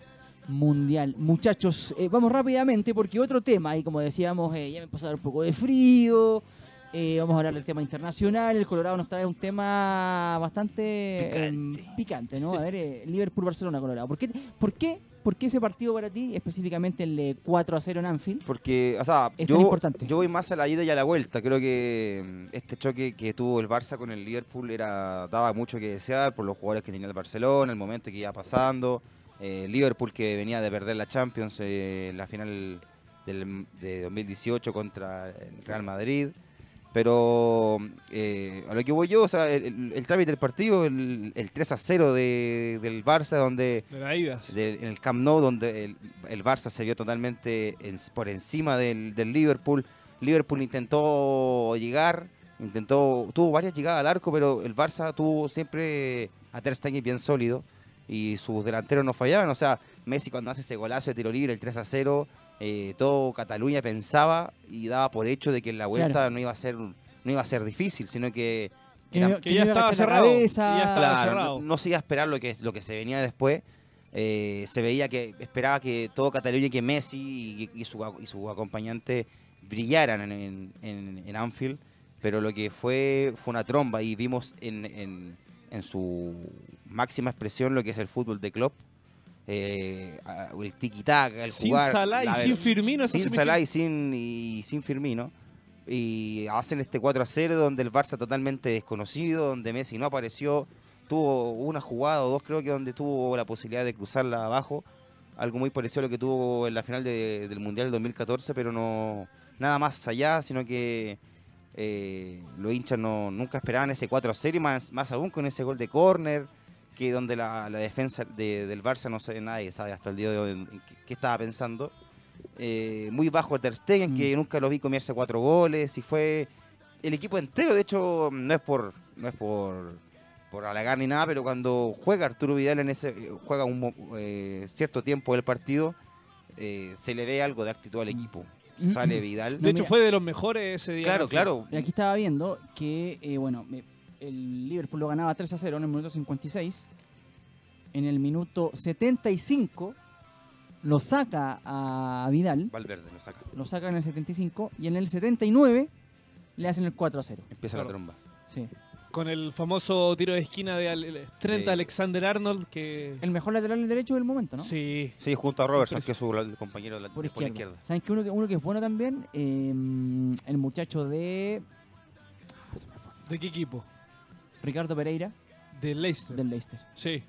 mundial. Muchachos, eh, vamos rápidamente porque otro tema, y como decíamos, eh, ya me empezó a dar un poco de frío. eh, vamos a hablar del tema internacional. El Colorado nos trae un tema bastante em, picante, ¿no? A ver, eh, Liverpool-Barcelona, Colorado. ¿Por qué, por, qué, ¿Por qué ese partido para ti, específicamente el eh, 4 a 0 en Anfield?
Porque, o sea,
Es tan
yo,
importante.
yo voy más a la ida y a la vuelta. Creo que mm, este choque que tuvo el Barça con el Liverpool era daba mucho que desear por los jugadores que tenía el Barcelona, el momento que iba pasando. Eh, Liverpool que venía de perder la Champions eh, en la final del- de 2018 contra el Real Madrid. Pero eh, a lo que voy yo, o sea, el, el- el trámite del partido, el, el 3 a 0 de- del Barça, donde
De la ida.
de- en el Camp Nou, donde el, el Barça se vio totalmente en- por encima del, del Liverpool. Liverpool intentó llegar, intentó tuvo varias llegadas al arco, pero el Barça tuvo siempre a Ter Stegen bien sólido y sus delanteros no fallaban. O sea, Messi cuando hace ese golazo de tiro libre, el 3 a 0, eh, todo Cataluña pensaba y daba por hecho de que en la vuelta
Claro.
no iba a ser no iba a ser difícil, sino que
Que
era-
no-
Que
que
ya
no iba a
estaba
agachar la
cerrado. que
cabeza.
ya estaba
Claro,
cerrado.
No, no se iba a esperar lo que, lo que se venía después. Eh, se veía que esperaba que todo Cataluña y que Messi y, y su, y su acompañante brillaran en, en- en- en Anfield. pero lo que fue fue una tromba y vimos en, en- en su máxima expresión lo que es el fútbol de club. eh, el tiki-taka, el
Sin
jugar.
Salah y
la-
sin Firmino. esa
sin
semifinal.
Salah y sin, y sin Firmino. Y hacen este 4 a 0 donde el Barça totalmente desconocido, donde Messi no apareció. Tuvo una jugada o dos creo que donde tuvo la posibilidad de cruzarla abajo. Algo muy parecido a lo que tuvo en la final de- del Mundial del 2014, pero no nada más allá, sino que eh, los hinchas no, nunca esperaban ese 4 a 0 y más, más aún con ese gol de córner, que donde la, la defensa de- del Barça no sabe nadie, sabe hasta el día de hoy en- en qué- qué estaba pensando eh, muy bajo Ter Stegen, que nunca lo vi comerse cuatro goles, y fue el equipo entero, de hecho, no es por no es por por halagar ni nada, pero cuando juega Arturo Vidal en ese eh, juega un mo- eh, cierto tiempo del partido, eh, se le ve algo de actitud al equipo.
Mm.
Sale Vidal.
No,
De hecho,
mira.
fue de los mejores ese día.
claro, claro.
Mira, aquí estaba viendo que, eh, bueno, me- el Liverpool lo ganaba 3 a 0 en el minuto 56. En el minuto 75 lo saca a Vidal,
Valverde lo saca.
lo saca en el 75 y en el 79 le hacen el 4 a 0.
Empieza
Claro.
la tromba.
Sí.
Con el famoso tiro de esquina de Ale- Trent
De-
Alexander Arnold. que
El mejor lateral derecho del momento, ¿no?
Sí.
Sí, junto a Robertson, que es su la- compañero de la,
Por
de
izquierda.
izquierda.
¿Saben que uno, que uno que es bueno también? Eh, el muchacho de
¿De qué equipo?
Ricardo Pereira
De Leicester.
del Leicester.
Sí.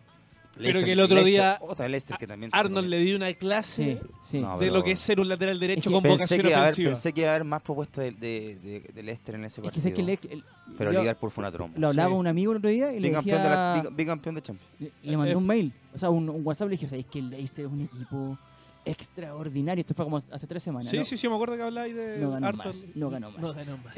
Pero
Leicester-
que el otro día
Leicester- otra Leicester que también
Arnold le dio una
Sí,
clase
sí.
No,
de
pero-
lo que es ser un lateral
Es
derecho
que
con
pensé
vocación
que, iba a haber,
ofensiva.
pensé que iba a haber más propuestas de, de, de- de Leicester en ese
es
partido.
que sé que el, el-
Pero
yo
Liverpool fue una tromba.
lo hablaba
Sí.
un amigo el otro día y le
Bicampeón de la-
decía...
bica- bicampeón de Champions.
Le, le mandé
Eh,
un mail, o sea, un, un WhatsApp, le dije, ¿sabéis que el Leicester es un equipo extraordinario? Esto fue como hace tres semanas.
Sí,
¿no?
sí, sí, me acuerdo que habláis de
No ganó
Arnold.
más, no ganó más.
No ganó más.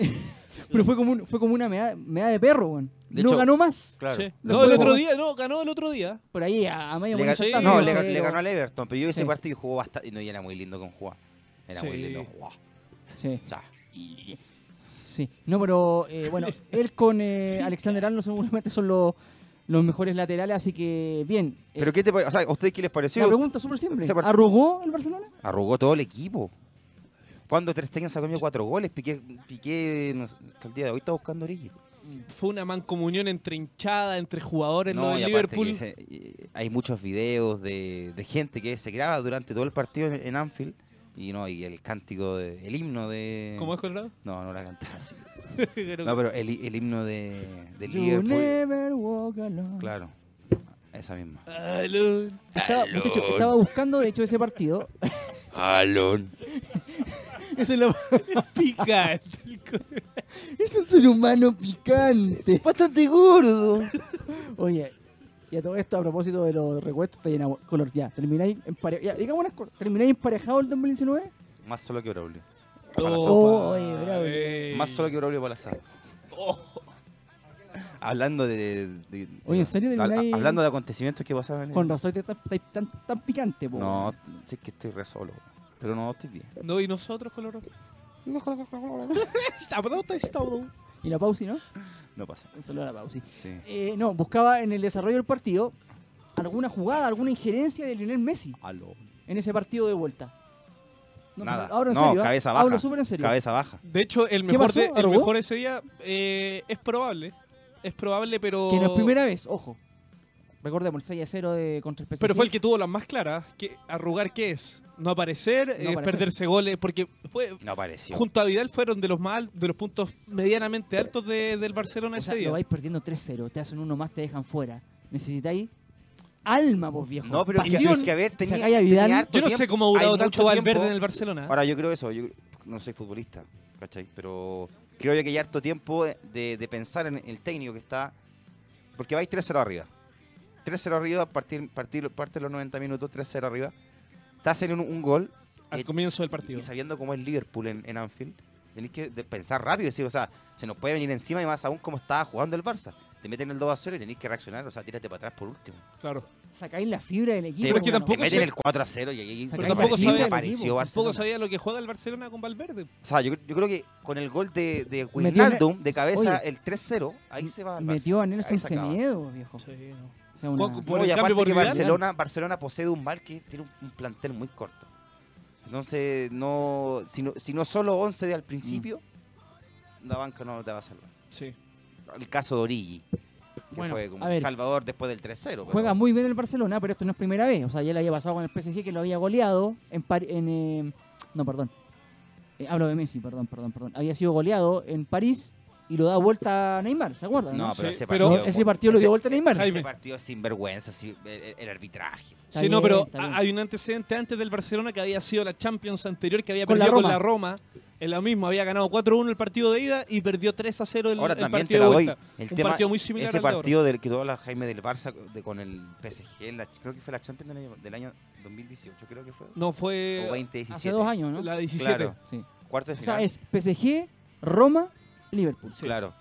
Pero fue como, un- fue como una mea, mea de perro, weón.
De
no
hecho-
ganó más.
Claro.
Sí.
Lo
No, el
puedo
otro
jugar.
día, no, ganó el otro día.
Por ahí a, a medio
Le,
mundo
ga-
sí,
saltando,
no,
no
le, ga-
sé,
le
lo-
ganó al Everton, pero yo ese
Sí.
partido jugó bastante. No, y era muy lindo con jugaba. Era muy
Sí.
lindo. Guau,
Sí,
ya.
sí. No, pero eh, bueno, él con eh, Alexander Arnold seguramente son los, los mejores laterales, así que bien. Eh,
Pero qué te pare- o sea, ¿a ustedes qué les pareció?
la pregunta súper simple.
ese part-
¿Arrugó el Barcelona?
Arrugó todo el equipo. Cuando Ter Stegen sacó cuatro goles, Piqué, Piqué no sé, hasta el día de hoy está buscando orillo.
Fue una mancomunión entre hinchada, entre jugadores, lo
No,
de
y aparte
Liverpool.
que se- eh, hay muchos videos de, de gente que se graba durante todo el partido en, en Anfield. Y no, y el cántico, de- el himno de...
¿Cómo es Colorado?
No, no la cantaba así.
Creo
No,
que-
pero el, hi- el himno de, de
You
Liverpool.
never walk alone.
Claro. Esa misma.
Ah, Alone.
Estaba, muchacho, estaba buscando, de hecho, ese partido. Eso es lo-
Picante el este co-
Es un ser humano picante.
Bastante gordo.
Oye, y a todo esto, a propósito de los recuestos, está llena de color. Ya, termináis emparejado. Digamos unas cosas. ¿Termináis emparejado el 2019?
Más solo que Braulio.
Oh,
Opa,
oye, bravo.
ey.
Más solo que Braulio Palazar. Oh. Hablando de, de- de-
Oye, ¿en serio
de- hab-
termináis-
Hablando de acontecimientos que pasaban en
Con razón, te estás estáis tan, tan picante, po.
No, sé que estoy re solo. Pero no, estoy bien.
No, y nosotros, Colorado.
Y la pausi, ¿no?
No pasa.
Solo la pausi.
Sí.
Eh, no, buscaba en el desarrollo del partido alguna jugada, alguna injerencia de Lionel Messi
Aló.
en ese partido de vuelta. No,
Nada.
Ahora en
no,
serio. ¿eh?
cabeza baja.
Hablo súper en serio.
Cabeza baja.
De hecho, el mejor,
pasó?
de- el
¿Arrugó?
mejor ese día eh, es probable. Es probable, pero.
Que no
Oh.
es primera vez, ojo. Recordemos, el 6 a 0 de contra el PSG.
Pero fue el que tuvo las más claras. que ¿Arrugar qué es? No aparecer, eh,
aparecer.
perderse goles. Porque fue
No apareció.
junto a Vidal fueron de los más al- de los puntos medianamente altos de- del Barcelona
O
ese
sea,
día.
lo vais perdiendo 3-0, te hacen uno más, te dejan fuera. Necesitáis alma, vos viejo.
No, pero es que,
pasión.
es que, a ver, tenía,
Sacáis a Vidal.
tenía harto
Yo no sé
tiempo-
cómo ha durado
hay
tanto
mucho
Valverde
tiempo-
en el Barcelona.
Ahora, yo creo eso. Yo no soy futbolista, ¿cachai? Pero creo yo que hay harto tiempo de, de pensar en el técnico que está. Porque vais 3-0 arriba. 3-0 arriba, partir, partir, parte los 90 minutos, 3-0 arriba. Estás en un, un gol
al
eh,
comienzo del partido.
y sabiendo cómo es Liverpool en, en Anfield, tenéis que de- pensar rápido y decir, o sea, se nos puede venir encima y más aún como estaba jugando el Barça. Te meten el 2 0 y tenéis que reaccionar, o sea, tírate para atrás por último.
Claro.
Sacáis la fibra del equipo.
Pero es
que
hermano.
Te
Tampoco
meten
sé-
el 4 0 y ahí
Pero
tampoco
apareció,
sabe-
apareció
Tampoco
Barcelona.
sabía lo que juega el Barcelona con Valverde.
O sea, yo, yo creo que con el gol de, de
Metió
Wijnaldum, de cabeza,
oye,
el 3-0, ahí se va. el
Metió a
Barça.
Nelson
Ahí se acaba.
Semedo, viejo.
Sí, no.
O sea, una-
Coco-
No,
Por el
y
cambio
aparte
por
que
Vidal.
Barcelona, Barcelona posee un mal que tiene un, un plantel muy corto. Entonces, no, si no, si no solo 11 de al principio,
Mm.
la banca no te va a salvar.
Sí.
El caso de Origi, que
Bueno,
fue como
a ver.
Salvador después del 3-0. pero-
Juega muy bien el Barcelona, pero esto no es primera vez. O sea, ya le había pasado con el PSG que lo había goleado en... Par- en, eh, no, perdón. Eh, hablo de Messi, perdón, perdón, perdón. Había sido goleado en París y lo da vuelta a Neymar, ¿se acuerdan?
No,
no?
pero
Sí,
ese
pero-
partido.
Ese partido lo dio
ese-
vuelta Neymar.
Ese,
Jaime.
partido es sinvergüenza, sí, el, el arbitraje.
Está
sí, no,
bien,
pero
está bien.
ha- hay un antecedente antes del Barcelona que había sido la Champions anterior, que había
Con la
perdido con la Roma. En la misma, había ganado 4-1 el partido de ida y perdió 3-0 el,
Ahora
el
también te
partido
la
de
doy.
vuelta.
El
un
tema-
partido muy similar
ese
al de ahora.
partido del que tuvo la Jaime del Barça de- con el PSG, en la- creo que fue la Champions del año, del año 2018, creo que fue.
No,
o
fue
2017.
Hace dos años, ¿no?
la 17.
Claro,
Sí.
cuarto de
O
final.
sea, es PSG, Roma, Liverpool.
Sí. Mm,
Claro.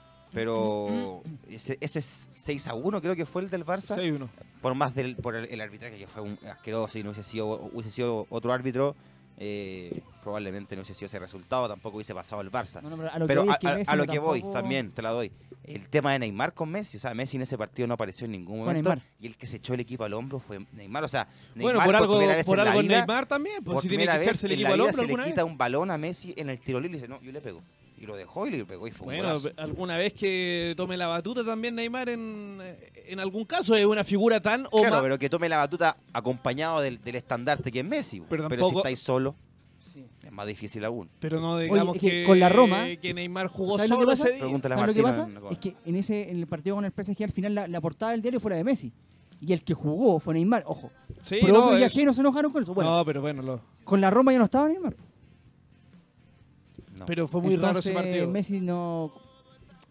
Pero ese, ese es 6 a 1 creo que fue el del Barça.
6-1.
Por más del por el, el arbitraje que fue un asqueroso y no hubiese sido, hubiese sido otro árbitro, eh, probablemente no hubiese sido ese resultado, tampoco hubiese pasado el Barça.
No, no, pero a lo
pero
que, voy
a,
es que
a-
Messi
a lo
no
que voy,
tampoco-
también te la doy. El tema de Neymar con Messi, o sea, Messi en ese partido no apareció en ningún
Fue
momento.
Neymar.
Y el que se echó el equipo al hombro fue Neymar. O sea, Neymar
Bueno, por algo,
primera vez
por
en la
algo
vida-
Neymar también, pues
por
si tiene que
primera vez
echarse el
en la
equipo al
vida
hombro
se le
alguna vez.
quita un balón a Messi en el tiro libre y le dice, no, yo le pego. Y lo dejó y le pegó y fue un
Bueno,
golazo.
alguna vez que tome la batuta también Neymar en, en algún caso es una figura tan o
Claro,
más-
pero que tome la batuta acompañado del, del estandarte que es Messi. bo.
Pero
Pero, si
tampoco-
estáis solo,
Sí.
es más difícil aún.
Pero no digamos
es
que,
que con la Roma-
que Neymar jugó
¿Sabes lo que
solo
pasa?
ese día.
Pregúntale a
¿Sabes lo que
Martino
pasa?
en-
Es que en ese en el partido con el PSG al final la, la portada del diario fue la de Messi. Y el que jugó fue Neymar, ojo.
Sí,
Pero
no,
otros
es-
viajeros se enojaron con eso. Bueno,
no, pero bueno, lo-
con la Roma ya no estaba Neymar.
No.
pero fue muy
Entonces,
raro ese partido.
Messi no...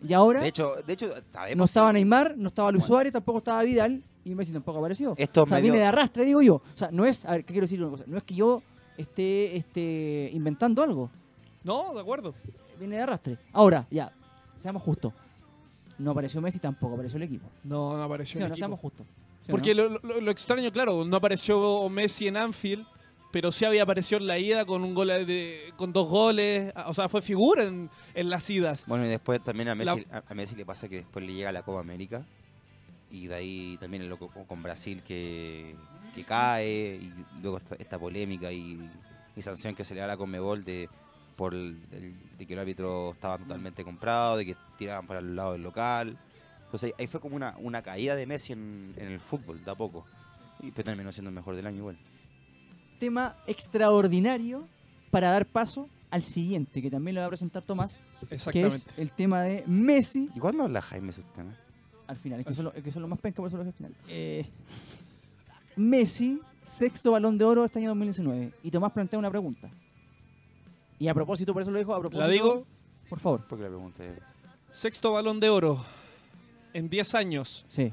Y ahora
de hecho, de hecho, sabemos.
no estaba
sí.
Neymar, no estaba Luis
Bueno.
Suárez, tampoco estaba Vidal y Messi tampoco apareció.
Esto
o sea,
medio-
viene de arrastre, digo yo. O sea, no es... A ver, ¿qué quiero decir? Una cosa. No es que yo esté, esté inventando algo.
No, de acuerdo.
Viene de arrastre. Ahora, ya, seamos justos. No apareció Messi, tampoco apareció el equipo.
No, no apareció.
Sí,
el
o no,
equipo.
seamos justos. ¿Sí o
Porque
no?
lo, lo- lo extraño, claro, no apareció Messi en Anfield, pero sí había aparecido en la ida con un gol de, con dos goles, o sea, fue figura en, en las idas.
Bueno, y después también a
La-
Messi, a- a Messi le pasa que después le llega la Copa América. Y de ahí también el loco con con Brasil que, que cae. Y luego esta, esta polémica y, y sanción que se le da a la Conmebol de, por el, el- de que el árbitro estaba totalmente comprado, de que tiraban para el lado del local. Entonces ahí- ahí fue como una, una caída de Messi en, en el fútbol, de a poco. Y pero terminó siendo el mejor del año igual.
Tema extraordinario para dar paso al siguiente, que también lo va a presentar Tomás, que
Exactamente.
es el tema de Messi
¿Y cuándo habla Jaime Sustana?
al final. Es que son los es que son los más penca, por eso lo dije al final. Eh, Messi, sexto balón de oro este año 2019. Y Tomás plantea una pregunta. Y a propósito, por eso lo dejo, a propósito.
La digo,
Por favor.
Porque la pregunta es...
sexto balón de oro en 10 años.
Sí.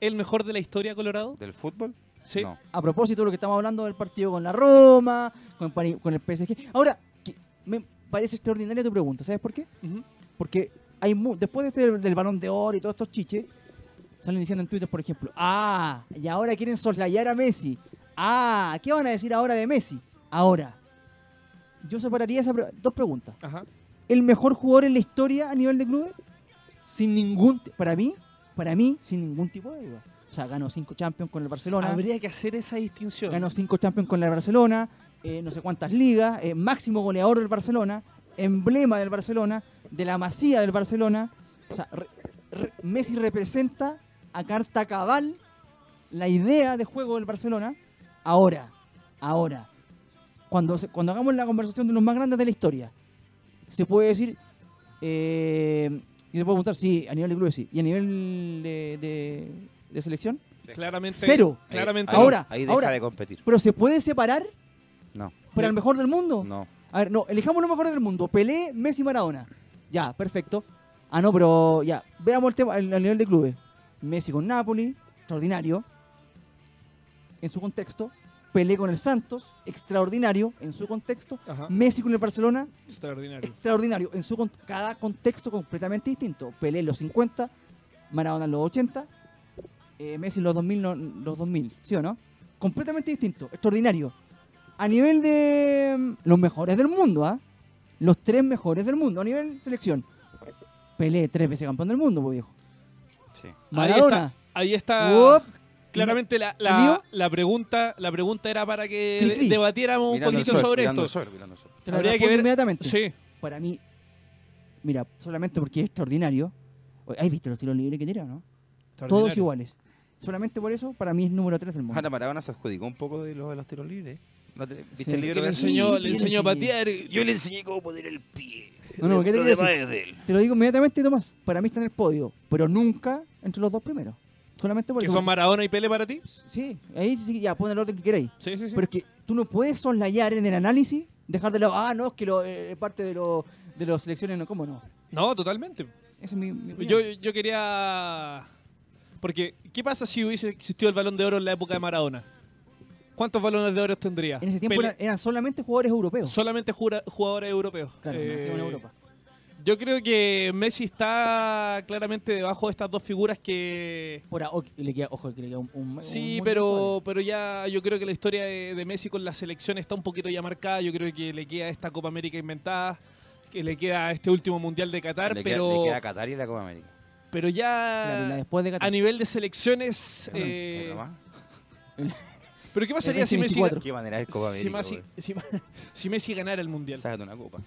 ¿El mejor de la historia, Colorado?
¿Del fútbol?
Sí.
No.
a propósito de lo que estamos hablando del partido con la Roma, con, Pari- con el PSG. Ahora, que me parece extraordinaria tu pregunta, ¿sabes por qué?
Ujú.
Porque hay mu- después de ser del balón de oro y todos estos chiches, salen diciendo en Twitter, por ejemplo, ah, y ahora quieren soslayar a Messi. Ah, ¿qué van a decir ahora de Messi? Ahora, yo separaría esas pre- dos preguntas.
Ajá.
¿El mejor jugador en la historia a nivel de clubes? Sin ningún, ti- para mí, para mí, sin ningún tipo de duda. O sea, ganó cinco Champions con el Barcelona.
Habría que hacer esa distinción.
Ganó cinco Champions con la Barcelona, eh, no sé cuántas ligas, eh, máximo goleador del Barcelona, emblema del Barcelona, de la masía del Barcelona. O sea, re- re- Messi representa a carta cabal la idea de juego del Barcelona. Ahora, ahora, cuando, se- cuando hagamos la conversación de los más grandes de la historia, se puede decir. eh, yo te puedo preguntar, sí, a nivel de clubes sí. ¿Y a nivel de- de- de selección?
Claramente.
Cero.
Claramente.
Ahí-
Ahora,
Ahí deja
ahora.
de competir.
Pero se puede separar
No,
para el mejor del mundo.
no.
A ver, no, elijamos lo mejor del mundo. Pelé, Messi, Maradona. Ya, perfecto. Ah, no, pero ya. Veamos el tema el- a nivel de clubes. Messi con Napoli, extraordinario. En su contexto. Pelé con el Santos, extraordinario. En su contexto.
Ajá.
Messi con el Barcelona,
Extraordinario.
extraordinario. En su con- cada contexto completamente distinto. Pelé en los 50, Maradona en los 80, eh, Messi en los 2000, no- los 2000, ¿sí o no? Completamente distinto, extraordinario. A nivel de mm, los mejores del mundo, ¿ah? Los tres mejores del mundo, a nivel selección. Pelé, tres veces campeón del mundo, pues viejo.
Sí.
Maradona.
Ahí está. Ahí está
Uop.
Claramente la, la-
¿Lío?
la pregunta, la pregunta era para que
Cri, cri.
debatiéramos un
Mirando
poquito
al sol,
sobre
mirando
esto.
al sol, mirando al sol.
Te lo
Habría que
respondo
ver-
inmediatamente.
Sí.
Para mí, mira, solamente porque es extraordinario. Oye, ¿Has visto los tiros libres que tira, no? Todos
Extraordinario.
iguales. Solamente por eso, para mí es número 3 del mundo.
Ana Maradona se adjudicó un poco de los, de los tiros libres. ¿No te- ¿Viste
Sí.
el
Que
libro?
le
que-
enseñó, le
Sí,
enseñó a
sí.
patear.
Yo le enseñé cómo poner el pie.
No, no, ¿qué te
Lo
quiero
demás
decir?
es de él.
Te lo digo inmediatamente, Tomás. Para mí está en el podio, pero nunca entre los dos primeros. Solamente por
¿Que
eso.
son Maradona y Pele para ti?
Sí, ahí sí, ya pon el orden que queráis.
Sí, sí, sí.
Pero es que tú no puedes soslayar en el análisis, dejar de lado, ah, no, es que lo, eh, parte de, lo, de las selecciones, no, ¿cómo no?
No, totalmente.
Ese es mi, mi opinión.
Yo, yo quería. Porque, ¿qué pasa si hubiese existido el balón de oro en la época de Maradona? ¿Cuántos balones de oro tendría?
en ese tiempo
Pelé-
eran, eran solamente jugadores europeos.
solamente jura- jugadores europeos.
claro,
Eh,
nacidos en Europa.
Yo creo que Messi está claramente debajo de estas dos figuras que.
Ahora, o- le queda, ojo, que le queda un, un-
Sí,
un- eh.
pero, pero ya yo creo que la historia de, de Messi con la selección está un poquito ya marcada. Yo creo que le queda esta Copa América inventada, que le queda este último Mundial de Qatar,
Le queda-
pero,
le queda a Qatar y la Copa América.
Claro,
pero
y la
ya
después de
a
Qatar. Ah,
nivel de selecciones...
Bueno,
eh,
otra más.
pero ¿qué pasaría si Messi,
2024.
¿Qué manera es Copa
si,
América?
Messi, si, si Messi ganara el Mundial?
weón? Sácate una copa.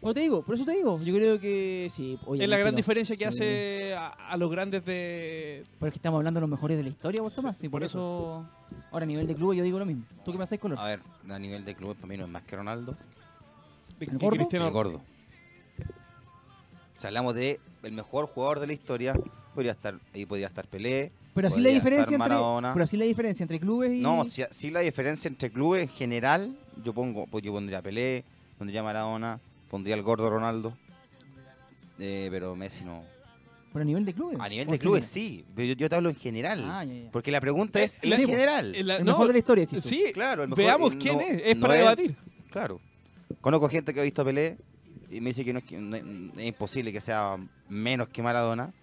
Por te digo, por eso te digo. Yo creo que sí.
Es la gran diferencia que
hace
hace a, a los grandes de...
Pero es que estamos hablando de los mejores de la historia, vos Tomás. y por,
por
eso... Ahora, a nivel de club, yo digo lo mismo. ¿Tú qué me haces color?
A ver, a nivel de clubes, para mí no es más que Ronaldo.
de-
¿El
que
gordo?
Cristiano-
El gordo. Si hablamos de el mejor jugador de la historia, podría estar, ahí podría estar Pelé.
Pero así, la
podría
diferencia
estar
entre,
Maradona.
pero así la diferencia entre clubes y.
No, si, si la diferencia entre clubes en general, yo pongo, pues yo pondría Pelé, pondría Maradona, pondría el gordo Ronaldo. Eh, pero Messi no.
Pero a nivel de clubes.
A nivel
¿O
de
qué
clubes
nivel?
sí, pero yo, yo te hablo en general.
Eh, pues Ah, ya, ya.
Porque la pregunta es
La-
en general.
en la-
El
no,
pues. mejor de la historia, sí.
Sí,
Claro, el mejor-
veamos
no-
quién es. eh, Es
no
para
es-
debatir.
Claro. Conozco gente que ha visto a Pelé y me dice que no es, que- no es- es imposible que sea menos que Maradona.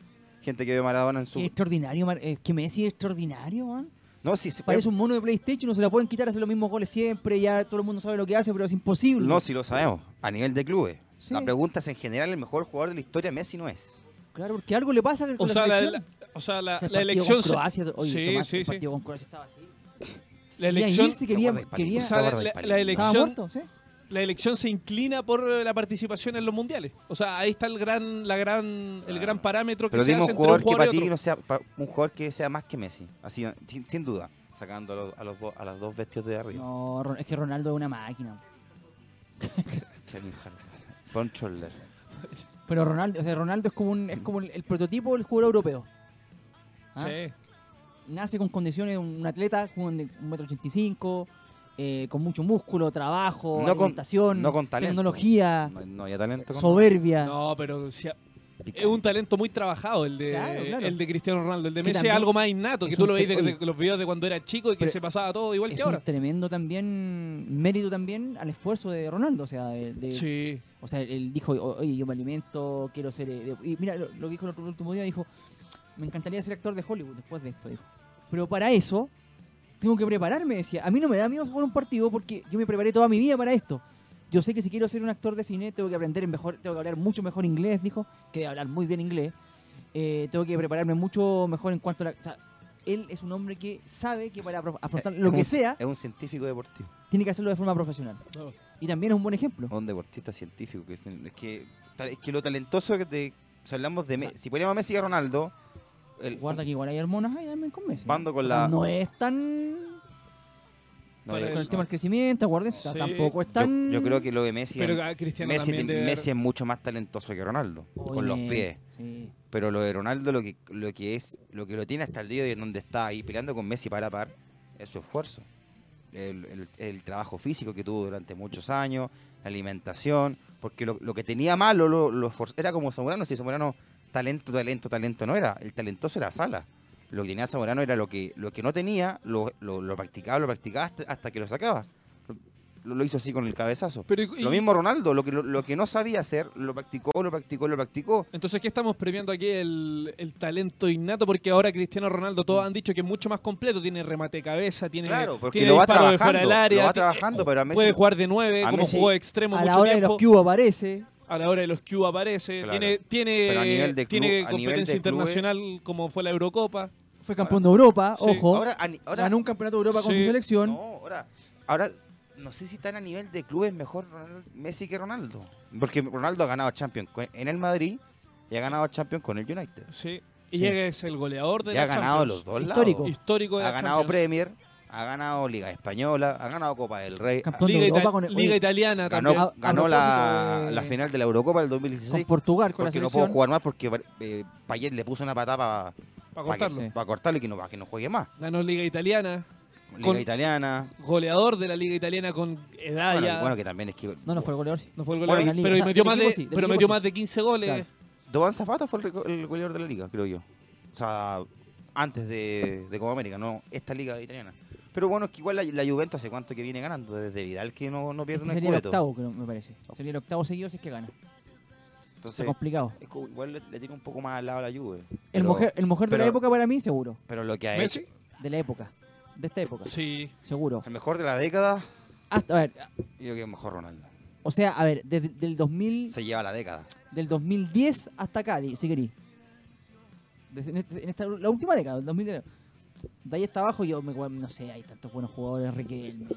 Gente que ve a Maradona en
Qué
su...
extraordinario, Mar- eh, que Messi es extraordinario, man.
No, sí, eh, sí,
Parece un mono de PlayStation, no se la pueden quitar, hace los mismos goles siempre, ya todo el mundo sabe lo que hace, pero es imposible.
No, si lo sabemos, a nivel de clubes.
Sí.
La pregunta es, en general, el mejor jugador de la historia, Messi no es.
Claro, porque algo le pasa con
O
la
sea, la,
selección.
la- o sea, la-
O sea, el
la
partido
elección...
con
se-
Croacia, oye,
sí,
Tomás,
sí,
el
sí.
partido con Croacia estaba así.
La
Y ahí
elección,
se Este quería,
Guarda el palito.
quería
O sea, la-
Guarda el
la-
palito.
la elección-
estaba muerto, ¿sí?
la elección se inclina por eh, la participación en los mundiales. O sea, ahí está el gran, la gran, el
Claro.
gran parámetro que
Pero
se
dime
hace
un
entre
jugador,
un
que para
jugador y
ti
otro.
no sea pa- un jugador que sea más que Messi, así sin, sin duda, sacando a, los- a los dos- a las dos bestias de arriba.
No, Ron- es que Ronaldo es una máquina.
Kevin Hart, Von Scholler.
Pero Ronaldo, o sea, Ronaldo es como, un, es como el, el prototipo del jugador europeo. ¿Ah?
Sí.
nace con condiciones de un atleta con de un metro ochenta y cinco, eh, con mucho músculo, trabajo,
No con-
alimentación,
no con talento.
tecnología,
No, no había talento. con-
soberbia.
No, pero si-
Picante.
es un talento muy trabajado el de,
Claro, claro.
el de Cristiano Ronaldo. El de
Que
Messi es
también
algo más innato, que
es
tú
un
lo veis
te-
de, de-
oye.
los videos de cuando era chico y que
Pero-
se pasaba todo igual
Es
que
un
ahora.
tremendo también mérito también al esfuerzo de Ronaldo, o sea, de- de-
Sí.
o sea, él dijo, "O- oye, yo me alimento, quiero ser, eh, de-". y mira lo, lo que dijo el otro- el último día, dijo, me encantaría ser actor de Hollywood después de esto, dijo. Pero para eso tengo que prepararme, decía. A mí no me da miedo jugar un partido porque yo me preparé toda mi vida para esto. Yo sé que si quiero ser un actor de cine tengo que aprender mejor, tengo que hablar mucho mejor inglés, dijo, que hablar muy bien inglés. Eh, tengo que prepararme mucho mejor en cuanto a la... o sea, él es un hombre que sabe que para apro- afrontar lo
Eh, Es
que
un-
sea,
Es un científico deportivo.
tiene que hacerlo de forma profesional.
No.
Y también es un buen ejemplo.
un deportista científico. Que es, es que, tal- es que lo talentoso que te, si hablamos de Me- si ponemos a Messi y a Ronaldo, el,
Guarda que igual hay hormonas ahí también con Messi.
Bando con
O
la-
sea, No es tan.
no,
para
yo-
el-
Con el tema del crecimiento, acuérdense.
Sí.
Tampoco es
yo-
tan.
yo, creo que lo de Messi,
Pero a Cristiano
Messi,
también
te-
debe-
Messi es mucho más talentoso que Ronaldo,
Oye,
con los pies.
Sí.
Pero lo de Ronaldo, lo que, lo que es, lo que lo tiene hasta el día y en donde está ahí peleando con Messi para par, es su esfuerzo. El, el- el trabajo físico que tuvo durante muchos años, la alimentación, porque lo, lo que tenía malo lo, lo esfor- era como Zamorano, si Zamorano talento, talento, talento no era, el talentoso era Sala. Lo que tenía Zamorano era lo que, lo que no tenía, lo, lo, lo practicaba, lo practicaba hasta, hasta que lo sacaba. Lo, lo hizo así con el cabezazo.
Pero y-
lo
y-
mismo Ronaldo, lo que, lo- lo que no sabía hacer, lo practicó, lo practicó, lo practicó.
Entonces, ¿qué estamos premiando aquí? El, el talento innato, porque ahora Cristiano Ronaldo, todos han dicho que es mucho más completo, tiene remate de cabeza, tiene,
Claro, porque
tiene
lo va
disparo de
trabajando,
fuera del área,
lo va
ti-
trabajando, pero a Messi-
puede jugar de nueve,
a
como
Messi-
jugó de extremo
A
mucho
la hora de
tiempo,
los cubos aparece.
a la hora de los Q aparece,
Claro.
tiene,
Pero a
tiene,
nivel de club- a
tiene
nivel de
competencia
clubes-
internacional como fue la Eurocopa.
Fue campeón de Europa,
Sí.
ojo.
Ahora, ani- ahora
ganó un campeonato de Europa con
Sí.
su selección.
No, ahora, ahora no sé si están a nivel de clubes mejor Ronald- Messi que Ronaldo. Porque Ronaldo ha ganado Champions con- en el Madrid y ha ganado Champions con el United.
Sí. Y
Sí.
es el goleador de
Ya
la
ha ganado
Champions.
los dos
Histórico.
lados.
Histórico de
Ha
la
ganado
Champions.
Premier, ha ganado Liga Española, ha ganado Copa del Rey,
Campeón de
Liga,
Europa
Ita-
con el-
Liga
oye,
Italiana también.
A-
ganó,
a
ganó la,
propósito de-
la final de la Eurocopa del 2016.
con Portugal, con la
Porque no
selección.
puedo jugar más porque eh, Payet le puso una patada para
Para contarlo.
Sí.
cortarlo y que no, para que no juegue más.
Ganó Liga Italiana.
Liga
Con-
italiana.
Goleador de la Liga Italiana con edad
Bueno,
ya.
bueno, que también es que.
no, no fue el goleador, sí.
no fue el
bueno,
goleador.
y-
pero
o sea,
metió,
del
más de,
equipo sí, del
pero
equipo
metió
sí.
más de 15 goles.
Claro.
Dovan Zapata fue el, reco- el goleador de la liga, creo yo. O sea, antes de, de Copa América, no esta liga italiana. Pero bueno, es que igual la, la Juventus hace cuánto que viene ganando, desde Vidal que no, no pierde
Este
un
sería el
escudeto.
octavo, creo, me parece. Sería el octavo seguido si es que gana. Está
Entonces,
complicado.
es como- igual le, le tiene un poco más al lado a la Juve.
El
Pero-
mujer, el mujer de la
pero-
época para mí, seguro.
Pero lo que ha
¿Messi?
hecho,
De la época. De esta época.
Sí.
Seguro.
el mejor de la década,
Hasta, a ver,
yo creo que es mejor Ronaldo.
o sea, a ver, desde del 2000,
Se lleva la década.
del 2010 hasta acá, di- si querís. Desde- En, este- en esta, la última década, del 2010. De ahí hasta abajo, yo me no sé, hay tantos buenos jugadores, Riquelme.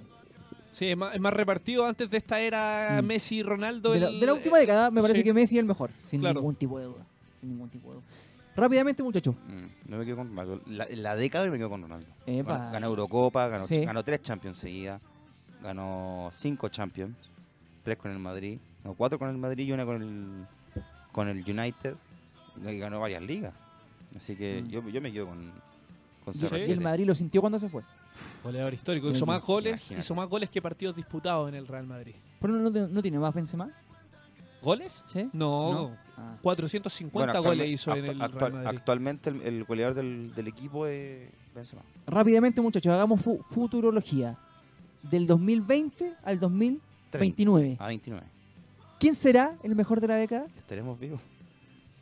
Sí, es más, es más repartido antes de esta era
Mm.
Messi y Ronaldo.
De la,
el- eh,
de la última década, me parece
sí.
que Messi es el mejor, sin
Claro.
ningún tipo de duda. Sin ningún tipo de duda. Rápidamente, muchachos.
Mm, no me quedo con Ronaldo. La, la década y me quedo con Ronaldo.
Epa.
Ganó, ganó Eurocopa, ganó,
Sí.
ganó tres Champions seguidas, ganó cinco Champions, tres con el Madrid, no, cuatro con el Madrid y una con el, con el United, y ganó varias ligas. Así que
Mm.
yo, yo me quedo con, con
Y-
CR7.
Y el Madrid lo sintió cuando se fue.
Goleador histórico. Hizo más goles,
Imagínate.
hizo más goles que partidos disputados en el Real Madrid.
Pero no, no- no tiene más Benzema,
¿Goles?
¿sí?
No.
Ah.
450
Bueno,
goles
actualme-
hizo en
actu-
el
actual-
Real Madrid.
Actualmente el, el goleador del, del equipo es Benzema.
Rápidamente, muchachos, hagamos fu- futurología. Del 2020 al 2029.
A 29.
¿Quién será el mejor de la década?
Estaremos vivos.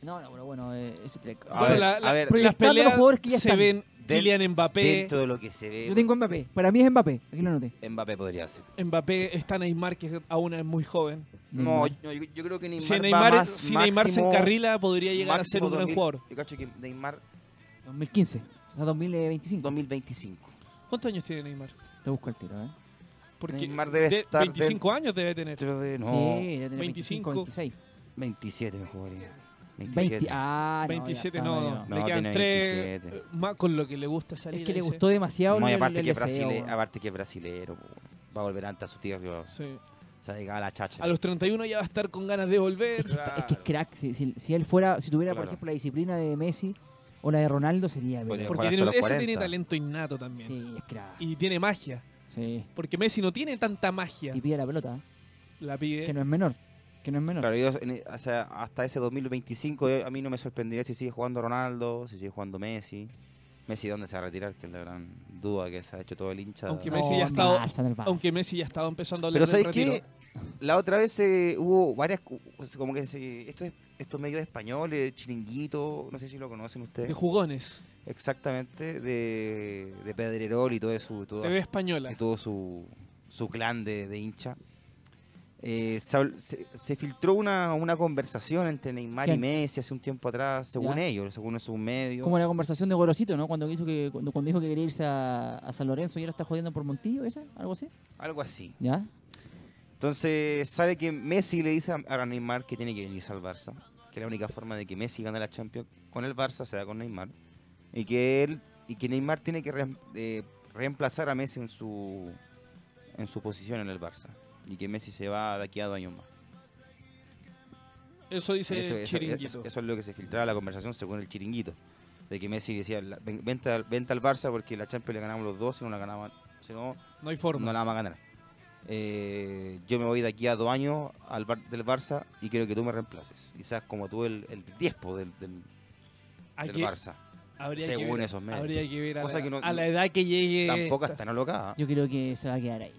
No, no, pero bueno, eh, ese tres.
A
Bueno,
ver,
la-
a
la-
ver,
las
proyectando los
peleas
jugadores que ya
se
están.
ven
Del-
Kylian Mbappé,
Dentro de lo que se ve,
Yo tengo Mbappé. Para mí es Mbappé. Aquí lo anoté.
Mbappé podría ser.
Mbappé, está Neymar que aún es muy joven.
No,
Neymar.
yo, yo creo que Neymar,
Si
va
Neymar,
más
si Neymar se
máximo-
encarrila, podría llegar a ser
máximo
un gran
2000.
jugador.
Yo cacho que Neymar
2015. O sea, 2025.
2025.
¿Cuántos años tiene Neymar?
Te busco el tiro, ¿eh?
Porque
Neymar debe
de-
estar
25 años debe tener.
Dentro de no,
Sí, debe tener 25,
25.
26.
27 me jugaría. 27.
20. Ah, no. ya
27
está,
no,
ya
no,
no.
le
No,
quedan
tiene
3
27.
más con lo que le gusta salir.
Es que le
a ese-
gustó demasiado
No, y
el-
aparte
el
que,
deseo,
brasile-
weón.
aparte que es brasilero, po. va a volver ante a su tierra, se
Sí.
ha llegado a la chacha.
A los 31 ya va a estar con ganas de volver.
Es que, está- es que es crack. Si, si- si él fuera, si tuviera, por
Claro.
ejemplo, la disciplina de Messi o la de Ronaldo, sería.
Podría
pero-
Porque
hasta
tiene,
los
ese
40.
tiene talento innato también.
Sí, es crack.
Y tiene magia.
Sí.
Porque Messi no tiene tanta magia.
Y pide la pelota, ¿eh?
La
que
pide.
no es menor. Que no es menor.
Claro, yo, en- o sea, hasta ese 2025 eh, a mí no me sorprendería si sigue jugando Ronaldo, si sigue jugando Messi. Messi, ¿dónde se va a retirar? Que es la gran duda que se ha hecho todo el hincha.
Aunque
No,
Messi ya
en
estaba-
Barça, en el Barça.
Aunque Messi ya estaba empezando a hablar
Pero
del
¿sabes
retiro.
qué? La otra vez eh, hubo varias, cu- como que se- esto es- estos medios españoles, Chiringuito, no sé si lo conocen
De
ustedes.
jugones.
Exactamente, de, de Pedrerol y todo su, todo,
TV española.
y todo su, su clan de, de hincha. Eh, se, habl- se- se filtró una, una conversación entre Neymar
¿Quién?
y Messi hace un tiempo atrás, según
Ya.
ellos, según sus medios.
Como la conversación de Gorosito, ¿no? Cuando, quiso que, cuando, cuando dijo que quería irse a, a San Lorenzo y ahora está jodiendo por Montillo, ¿esa? ¿Algo así?
Algo así.
¿Ya?
Entonces sale que Messi le dice a- a Neymar que tiene que venirse al Barça, que la única forma de que Messi gane la Champions con el Barça será con Neymar y que él y que Neymar tiene que reem- eh, reemplazar a Messi en su en su posición en el Barça y que Messi se va de aquí a dos años más.
Eso dice
eso, eso-
Chiringuito.
eso- eso es lo que se filtraba en la conversación según el chiringuito. De que Messi decía, la- ven- vente, al- vente al Barça porque la Champions le ganamos los dos, si no la ganamos, si no,
no hay forma.
no la vamos a ganar. Eh, yo me voy de aquí a dos años al Bar- del Barça y quiero que tú me reemplaces. Quizás como tú el, el diezpo del, del,
Hay
del
que-
Barça.
habría que
según
ver,
esos medios.
Habría que ver a,
Cosa
la,
que no-
a la edad que llegue
Tampoco
esta-
está tan alocada.
Yo creo que se va a quedar ahí.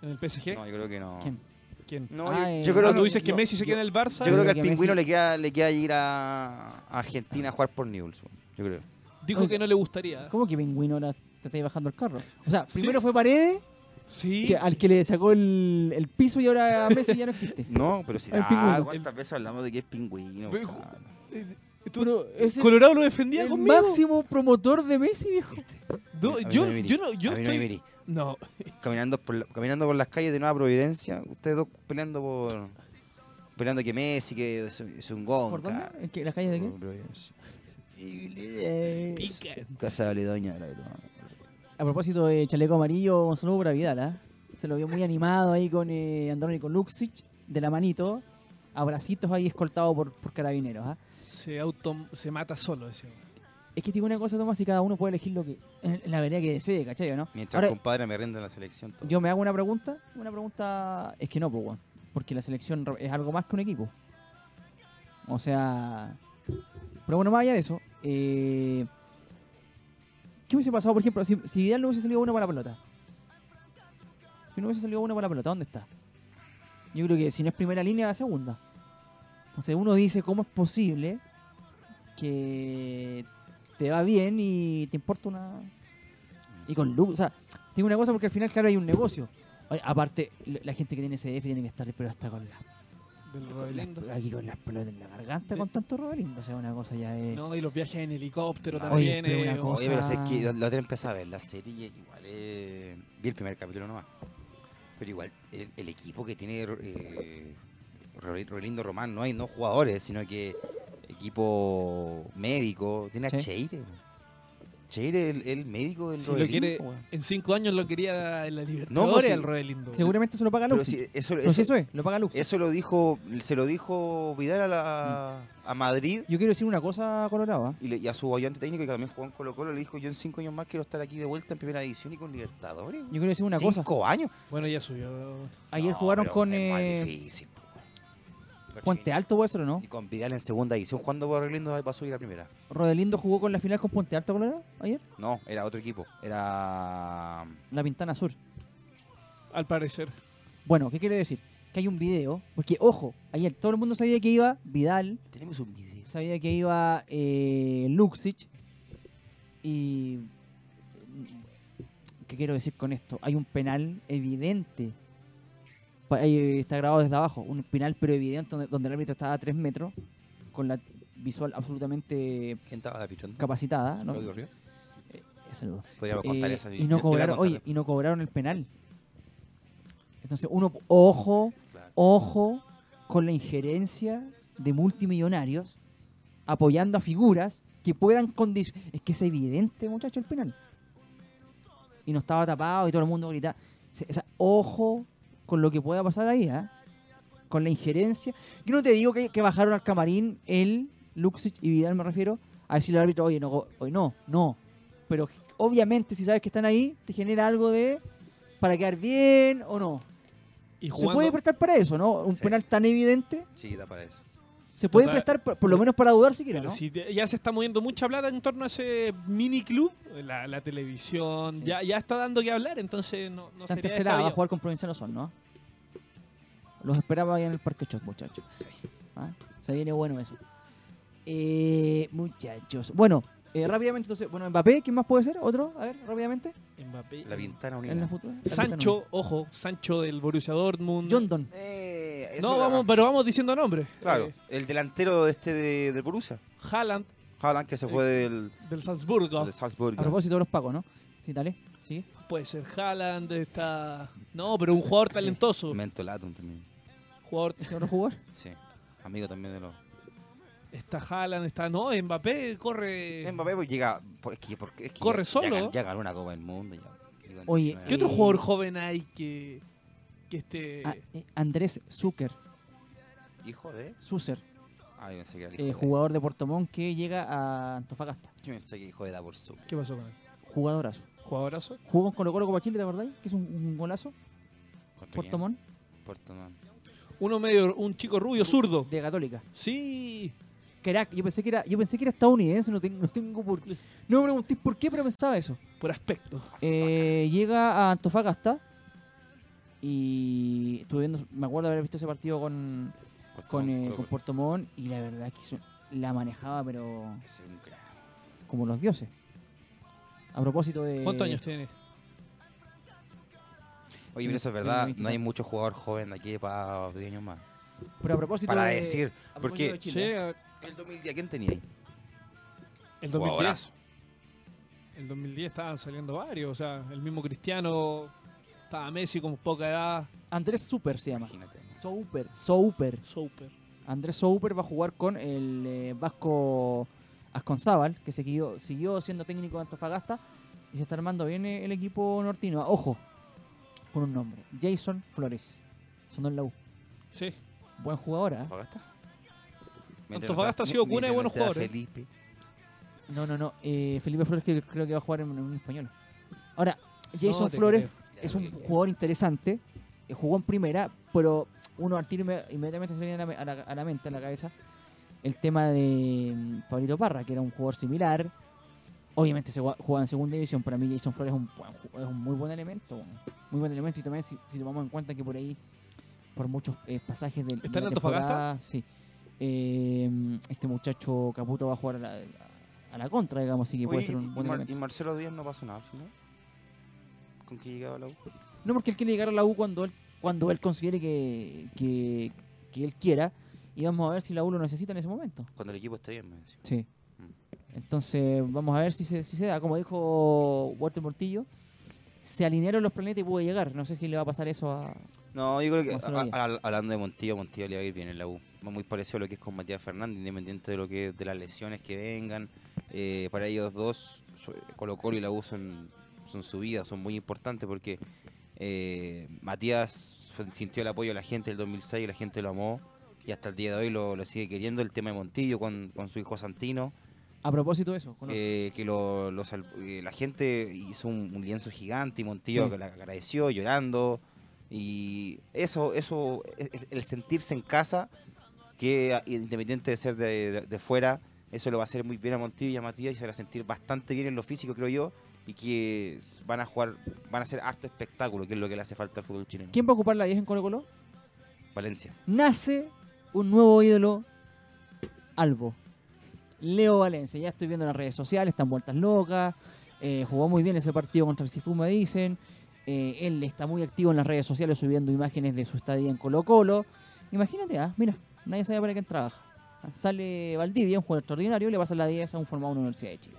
en el PSG.
No, yo creo que no.
¿Quién?
¿Quién?
No,
Ah,
yo-
eh,
yo
Pero
Ah,
creo
tú
que-
dices que
yo-
Messi se queda en el Barça.
Yo creo que al
que Messi-
pingüino le queda le queda ir a Argentina a jugar por Newell's. Yo creo.
dijo que no le gustaría.
¿Cómo que Pingüino ahora te está bajando el carro? O sea, primero fue Paredes,
Sí.
ah,
que- al que le sacó el, el piso y ahora a Messi ya no existe.
No, pero si
El
ah,
pingüino.
cuántas veces hablamos de que es pingüino.
Pero-
cabrón.
Eh, tú-
Pero es el,
Colorado lo defendía
el
conmigo.
máximo promotor de Messi, viejo.
No,
A mí
yo
no me mirí.
yo no- yo
A mí no me
estoy-
mirí.
No.
caminando por, la- caminando por las calles de Nueva Providencia, ustedes dos peleando por. peleando que Messi, que es, es un gonca.
¿Por dónde? ¿En qué- ¿Las calles de qué?
Nueva Providencia. Iglesias.
Pica.
Casa de Aledoña. la verdad.
A propósito de Chaleco Amarillo, un saludo para Vidal, ¿ah? Se lo vio muy animado ahí con eh, Andrón y con Luxich, de la manito, abracitos ahí escoltado por, por carabineros, ¿ah?
Se auto se mata solo. ese.
Es que tiene una cosa, Tomás, y cada uno puede elegir lo que, en la vereda que desee, ¿cachai? o ¿no?
Mientras
Ahora,
compadre me rinde la selección. todo.
yo me hago una pregunta, una pregunta es que no, pues, weón, porque la selección re- es algo más que un equipo. O sea, pero bueno, más allá de eso, eh, ¿qué hubiese pasado, por ejemplo, si, si Vidal no hubiese salido uno para la pelota? Si no hubiese salido uno para la pelota, ¿dónde está? Yo creo que si no es primera línea, segunda. Entonces uno dice, ¿cómo es posible que te va bien y te importa una... Y con luz, o sea, tengo una cosa porque al final, claro, hay un negocio. Oye, aparte, la la gente que tiene CDF tiene que estar, pero hasta con la,
Del
con las-
Rodelindo.
aquí con las pelotas en la garganta,
De-
con tanto robelindo, o sea, una cosa ya es...
No, y los viajes en helicóptero
Oye,
también.
pero una
eh,
cosa-
Oye, pero sé que la- la otra empecé a ver la serie, igual eh, vi el primer capítulo nomás. Pero igual, el, el equipo que tiene eh, Ro- Rolindo Román, no hay no jugadores, sino que equipo médico. Tiene a
Sí.
Cheire. weón. Cheire, el, el médico del
Si lo
Rodelindo,
quiere,
weón.
en cinco años lo quería en la
No, pues
Libertadores
sí.
al Rodelindo.
Seguramente se lo paga
Pero
Lux.
si Ah, eso,
Pero si
eso,
eso es, lo paga Lux.
eso lo dijo, se lo dijo Vidal a, la- a Madrid
Yo quiero decir una cosa, Colorado. ¿ah?
y, le- y a su ayudante técnico que también jugó en Colo Colo, le dijo yo en cinco años más quiero estar aquí de vuelta en primera división y con Libertadores.
Yo quiero decir una
cinco
cosa.
años.
Bueno, ya subió.
Ayer
No,
jugaron
pero
con
es más
eh,
difícil, po, weón.
Puente Alto, puede ser o no.
Y con Vidal en segunda división, ¿cuándo va Rolindo va a subir a primera?
Rodelindo jugó con la final con Puente Alto, Colorado, ayer.
No, era otro equipo. Era.
La Pintana Sur.
Al parecer.
Bueno, ¿qué quiere decir? Que hay un video, porque ojo, ayer todo el mundo sabía que iba Vidal,
Tenemos un video.
sabía que iba eh, Luxich y ¿qué quiero decir con esto? Hay un penal evidente, Pa- ahí eh, está grabado desde abajo, un penal pero evidente donde, donde el árbitro estaba a 3 metros con la visual absolutamente
¿Quién estaba pichando?
capacitada, ¿no?
Claudio Ríos.
Saludos.
Podríamos contar
Eh,
esa.
y no
Yo te la voy a
cobraron,
contar.
oye, y no cobraron el penal. Entonces, uno, ojo,
Claro.
ojo con la injerencia de multimillonarios apoyando a figuras que puedan condicionar. Es que es evidente, muchacho, el penal. Y no estaba tapado y todo el mundo gritaba. Se- o sea, ojo con lo que pueda pasar ahí, ¿ah? Con la injerencia. Yo no te digo que, que bajaron al camarín él, Luxich y Vidal, me refiero, a decirle al árbitro, oye, no, go- oye, no, no. Pero obviamente, si sabes que están ahí, te genera algo de. para quedar bien o no.
Y
Se puede
jugando,
prestar para eso, ¿no? Un
Sí.
penal tan evidente.
Sí, da para eso.
Se puede
Total.
prestar, por, por lo menos para dudar si quieres,
pero
¿no?
si te- ya se está moviendo mucha plata en torno a ese mini club, la, la televisión,
Sí.
ya, ya está dando que hablar, entonces no, no
Está en
sería
tercera A, va a
descabellado.
jugar con Provinciano Sol, ¿no? Los esperaba ahí en el Parque Chos, muchachos. ¿Ah? Se viene bueno eso. Eh, muchachos. Bueno, eh, rápidamente, entonces, bueno, Mbappé, ¿quién más puede ser? ¿Otro? A ver, rápidamente.
Mbappé.
La Pintana Unida.
En la futura. la
Sancho, ojo, Sancho del Borussia Dortmund.
ventana. John Don.
Eh, eso
no,
era-
vamos, pero vamos diciendo nombres.
Claro,
Eh,
el delantero de este de, de Borussia.
Haaland
Haaland, que se fue del,
del Salzburgo.
del Salzburg.
A propósito de los pagos, ¿no? Sí, dale. Sí.
Puede ser Haaland, está. No, pero un jugador talentoso.
Mentolatum también.
Jugador...
¿Ese otro jugador?
Sí. Amigo también de los.
Está Haaland, está. No, Mbappé corre.
Mbappé pues, llega. por- es que- porque- es que
Corre
ya-
solo.
Ya, gan- ya ganó una Copa del Mundo. ya. Digo,
Oye,
no,
¿Qué
no,
otro
Eh,
jugador joven hay que. que este, esté.
Ah, eh, Andrés Zucker,
Hijo de.
Susser,
Ah, yo pensé que era el hijo
eh,
de-
jugador de Puerto Montt que llega a Antofagasta.
Yo pensé que hijo de Daborsu.
¿Qué pasó con él?
Jugadorazo.
¿Jugadorazo?
Jugó con Colo Colo Copa Chile, ¿te acordáis? Que es un, un golazo. Puerto Montt,
Puerto Montt.
Uno medio, un chico rubio, zurdo.
de Católica.
Sí.
Crack, yo pensé que era, yo pensé que era estadounidense, no tengo, no tengo por qué. No me preguntéis por qué, pero pensaba eso.
Por aspecto.
Ah,
Eh, llega a Antofagasta y estuve viendo, me acuerdo de haber visto ese partido con,
Puerto
con,
Montt,
eh,
Colo
con
Colo.
Puerto Montt y la verdad que hizo- la manejaba, pero
Ese es un crack.
como los dioses. A propósito de.
¿Cuántos años tiene?
Oye, pero eso es
Tiene
verdad.
20 y
No hay
tanto.
mucho jugador joven de aquí para 10 años más.
Pero a propósito
Para
de-
decir.
a propósito
Porque
de Chile,
Sí, a-
el 2010, ¿quién tenía ahí?
el 2010.
Jugadorazo.
el 2010 estaban saliendo varios. O sea, el mismo Cristiano, estaba Messi con poca edad.
Andrés Super se llama.
Imagínate.
Super, Super.
Super.
Andrés Souper va a jugar con el eh, Vasco Asconzábal, que se siguió, siguió siendo técnico de Antofagasta y se está armando bien eh, el equipo nortino. Ojo, con un nombre: Jason Flores. Sonó en la U.
Sí.
Buen jugador, ¿ah?
¿Antofagasta?
Antofagasta ha sido cuna de buenos jugadores.
Felipe.
No, no, no. eh, Felipe Flores que creo que va a jugar en, en un español. Ahora, Jason
No te
Flores
creo.
es un jugador interesante. eh, Jugó en primera, pero uno al tiro inme- inmediatamente se le viene a la, me- a la- a la mente, a la cabeza, el tema de mm, Pablito Parra, que era un jugador similar. Obviamente se gua- jugaba en segunda división. Para mí, Jason Flores es un, buen ju- es un muy buen elemento. Muy buen elemento. Y también, si, si tomamos en cuenta que por ahí, por muchos eh, pasajes del.
¿Está
de la
en Antofagasta?
temporada, Sí. Eh, este muchacho Caputo va a jugar a la, a la contra, digamos, así que puede
Oye,
ser
y
un buen
Mar-
elemento.
Y Marcelo Díaz no pasó nada al final. ¿Con qué llegaba la U?
No porque él quiere llegar a la U cuando él, cuando él considere que, que, que él quiera. Y vamos a ver si la U lo necesita en ese momento.
Cuando el equipo está bien, me decía.
Sí. Entonces, vamos a ver si se, si se da. Como dijo Walter Mortillo, se alinearon los planetas y pudo llegar. No sé si le va a pasar eso a.
No, yo creo que
Marcelo
a-
Díaz.
a- hablando de Montillo, Montillo le va a ir bien en la U. Va Muy parecido a lo que es con Matías Fernández, independiente de lo que de las lesiones que vengan. Eh, para ellos dos, su- Colo Colo y la U son, son su vida, son muy importantes porque eh, Matías fue- sintió el apoyo de la gente del 2006, la gente lo amó y hasta el día de hoy lo, lo sigue queriendo. El tema de Montillo con, con su hijo Santino.
A propósito de eso. con-
eh, que lo, lo sal- eh, la gente hizo un, un lienzo gigante y Montillo
Sí.
que le agradeció llorando y eso eso e- e- el sentirse en casa que a- independiente de ser de, de- de fuera eso lo va a hacer muy bien a Montillo y a Matías y se van a sentir bastante bien en lo físico creo yo y que s- van a jugar van a hacer harto espectáculo que es lo que le hace falta al fútbol chileno
¿Quién va a ocupar la 10 en Colo Colo?
Valencia
nace un nuevo ídolo Albo. Leo Valencia, ya estoy viendo en las redes sociales, están vueltas locas, eh, jugó muy bien ese partido contra el Cifú, me dicen, eh, él está muy activo en las redes sociales subiendo imágenes de su estadía en Colo Colo. Imagínate, ah, mira, nadie sabe para quién trabaja. Ah, Sale Valdivia, un jugador extraordinario, le pasa la 10 a un formado de la Universidad de Chile,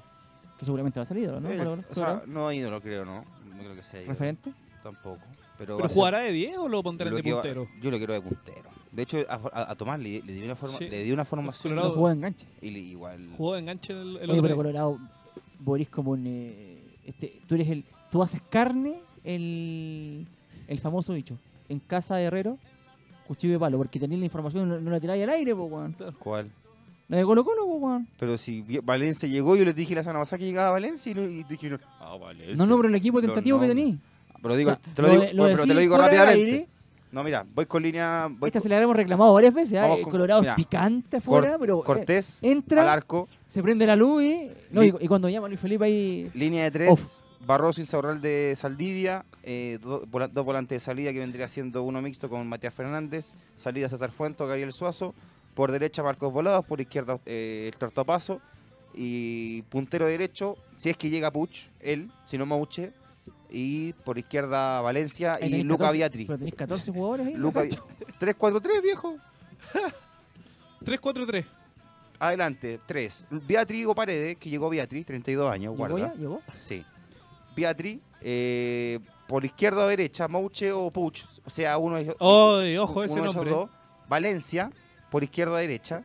que seguramente va a ser ídolo, ¿no?
Eh,
Colo Colo,
o sea,
Colorado.
no ha ido lo creo no no creo que sea ídolo,
¿Referente?
tampoco pero,
¿Pero
va a ser-
jugará de 10 o lo pondrán
Lo
de
que va-
puntero?
yo lo quiero de puntero. De hecho, a, a- a Tomás le, le di una forma,
Sí.
le di una formación
No
Colorado-
jugó de enganche.
y le- igual.
Jugó de enganche el, el
Oye,
otro
pero
día.
Colorado, Boris como un, eh, este, tú eres el, tú haces carne el, el famoso dicho, en casa de Herrero, cuchillo de palo, porque tenés la información y no, no la tiráis al aire, po, weón.
¿Cuál?
La de Colo Colo, po, weón.
Pero si vi- Valencia llegó, yo les dije la semana pasada que llegaba a Valencia y, no- y dijeron, ah, Valencia.
No, no, pero el equipo
Los
tentativo que
nombres.
tenís.
Pero digo,
O sea,
te lo, digo, bueno, pero te lo
decís
digo
fuera del
rápidamente.
aire,
No, mira, voy con línea. Voy
esta
con-
se la habíamos reclamado varias veces, ¿ah?
Vamos
El
con-
Colorado
mira,
es picante
Cor-
afuera, pero eh,
Cortés al
entra,
arco,
se prende la luz y, no,
Li-
y, y cuando llama Luis Felipe ahí,
línea de tres.
Off.
Barroso y de Saldivia, eh, do- vola- dos volantes de salida que vendría siendo uno mixto con Matías Fernández, salida César Fuento, Gabriel Suazo, por derecha Marcos Volados, por izquierda eh, el tortopaso y puntero derecho, si es que llega Puch, él, si no Mauche, y por izquierda Valencia
ahí
y
tenés
Luca
14
Beatriz.
Pero tenés 14 jugadores ahí. en la
Luca
cancha.
3-4-3, viejo.
3-4-3.
Adelante, 3. Beatriz o Paredes, que llegó Beatriz, 32
¿Llegó
años, guarda.
ya? ¿Llegó?
Sí. Beatriz, eh, por izquierda o derecha, Mauche o Puch. O sea, uno de ellos.
Oh,
¡Ay, ojo
uno
ese
de esos
nombre!
dos. Valencia, por izquierda o derecha.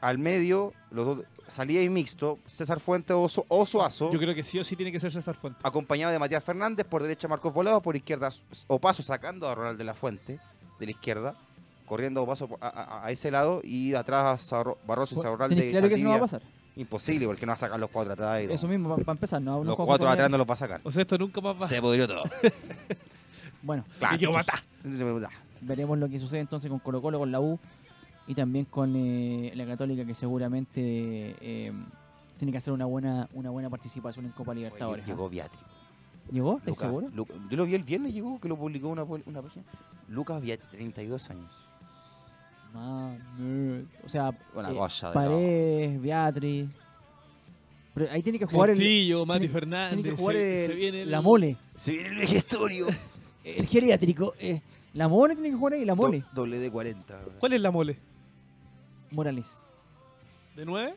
Al medio, los dos. Salida y mixto, César Fuentes o, Su- o Suazo.
Yo creo que sí o sí tiene que ser César Fuente.
Acompañado de Matías Fernández, por derecha Marcos Volados, por izquierda Opaso, sacando a Ronald de la Fuente, de la izquierda. Corriendo Opaso a, a- a ese lado y atrás a Ro- Barroso y Saurral
Tenés
de
claro que eso no va a
Saldivia.
pasar.
Imposible, porque no va a sacar los cuatro atrás. y no.
Eso mismo, para empezar, no.
los cuatro atrás no los va a sacar.
O sea, esto nunca más va.
Se pudrió todo.
Bueno,
Claro.
Y yo matá.
veremos lo que sucede entonces con Colo Colo, con la U y también con eh, la Católica, que seguramente eh, tiene que hacer una buena una buena participación en Copa Libertadores. ¿ah?
Llegó Beatriz.
¿Llegó? ¿Estás
Lucas-
seguro?
Lu- yo lo vi el viernes, llegó, que lo publicó una, pu- una página. Lucas Beatriz, 32 años.
Mame. O sea,
Una
eh,
cosa de
Paredes, Beatriz. Pero ahí tiene que jugar el.
Portillo, Mati
tiene- Tiene
Fernández.
que jugar
se-
el-
se viene el-
la mole.
Se viene el vejestorio.
El geriátrico. eh, la mole tiene que jugar ahí, la mole.
Do- doble de 40.
¿Cuál es la mole?
Morales.
¿De 9?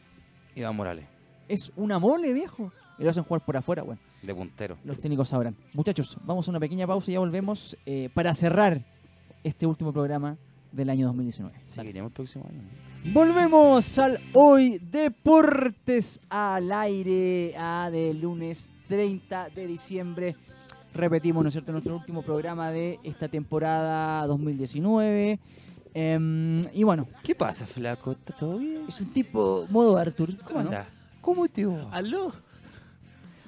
Iván Morales.
Es una mole, eh, viejo. y lo hacen jugar por afuera, bueno,
de puntero.
los técnicos sabrán. Muchachos, vamos a una pequeña pausa y ya volvemos eh, para cerrar este último programa del año 2019.
Sí, queríamos el próximo año. ¿no?
Volvemos al Hoy Deportes al aire a de lunes 30 de diciembre. Repetimos, ¿no es cierto?, nuestro último programa de esta temporada 2019. Em, y bueno,
¿Qué pasa, flaco? ¿Está todo bien?
es un tipo modo Arthur.
¿Cómo
¿no?
andás? ¿Cómo te va?
¿Aló?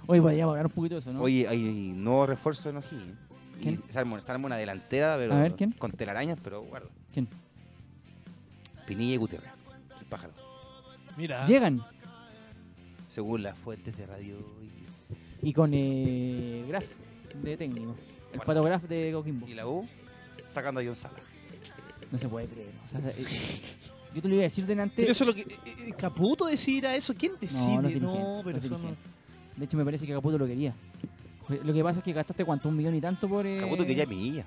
Hoy podríamos hablar un poquito de eso, ¿no?
Ah, Oye, hay nuevo refuerzo en O'Higgins. ¿eh? Y
¿Quién?
Se arma, se arma una delantera, pero
A ver, ¿quién?
con telarañas, pero guarda.
¿Quién?
Pinilla y Gutiérrez, el pájaro.
Mira.
Llegan.
Según las fuentes de radio. y-
Y con eh, Graf de técnico. El
Bueno.
pato Graf de Coquimbo.
Y la U sacando a John Sala.
No se puede creer. o sea, eh, yo te lo iba a decir delante.
Pero eso lo que. eh, eh, ¿Caputo decidirá eso? ¿Quién
No, los
decide?
dirigentes,
No,
los
pero eso no.
dirigentes. De hecho, me parece que Caputo lo quería. Lo que pasa es que gastaste cuánto, un millón y tanto por. Eh,
Caputo quería a Pinilla.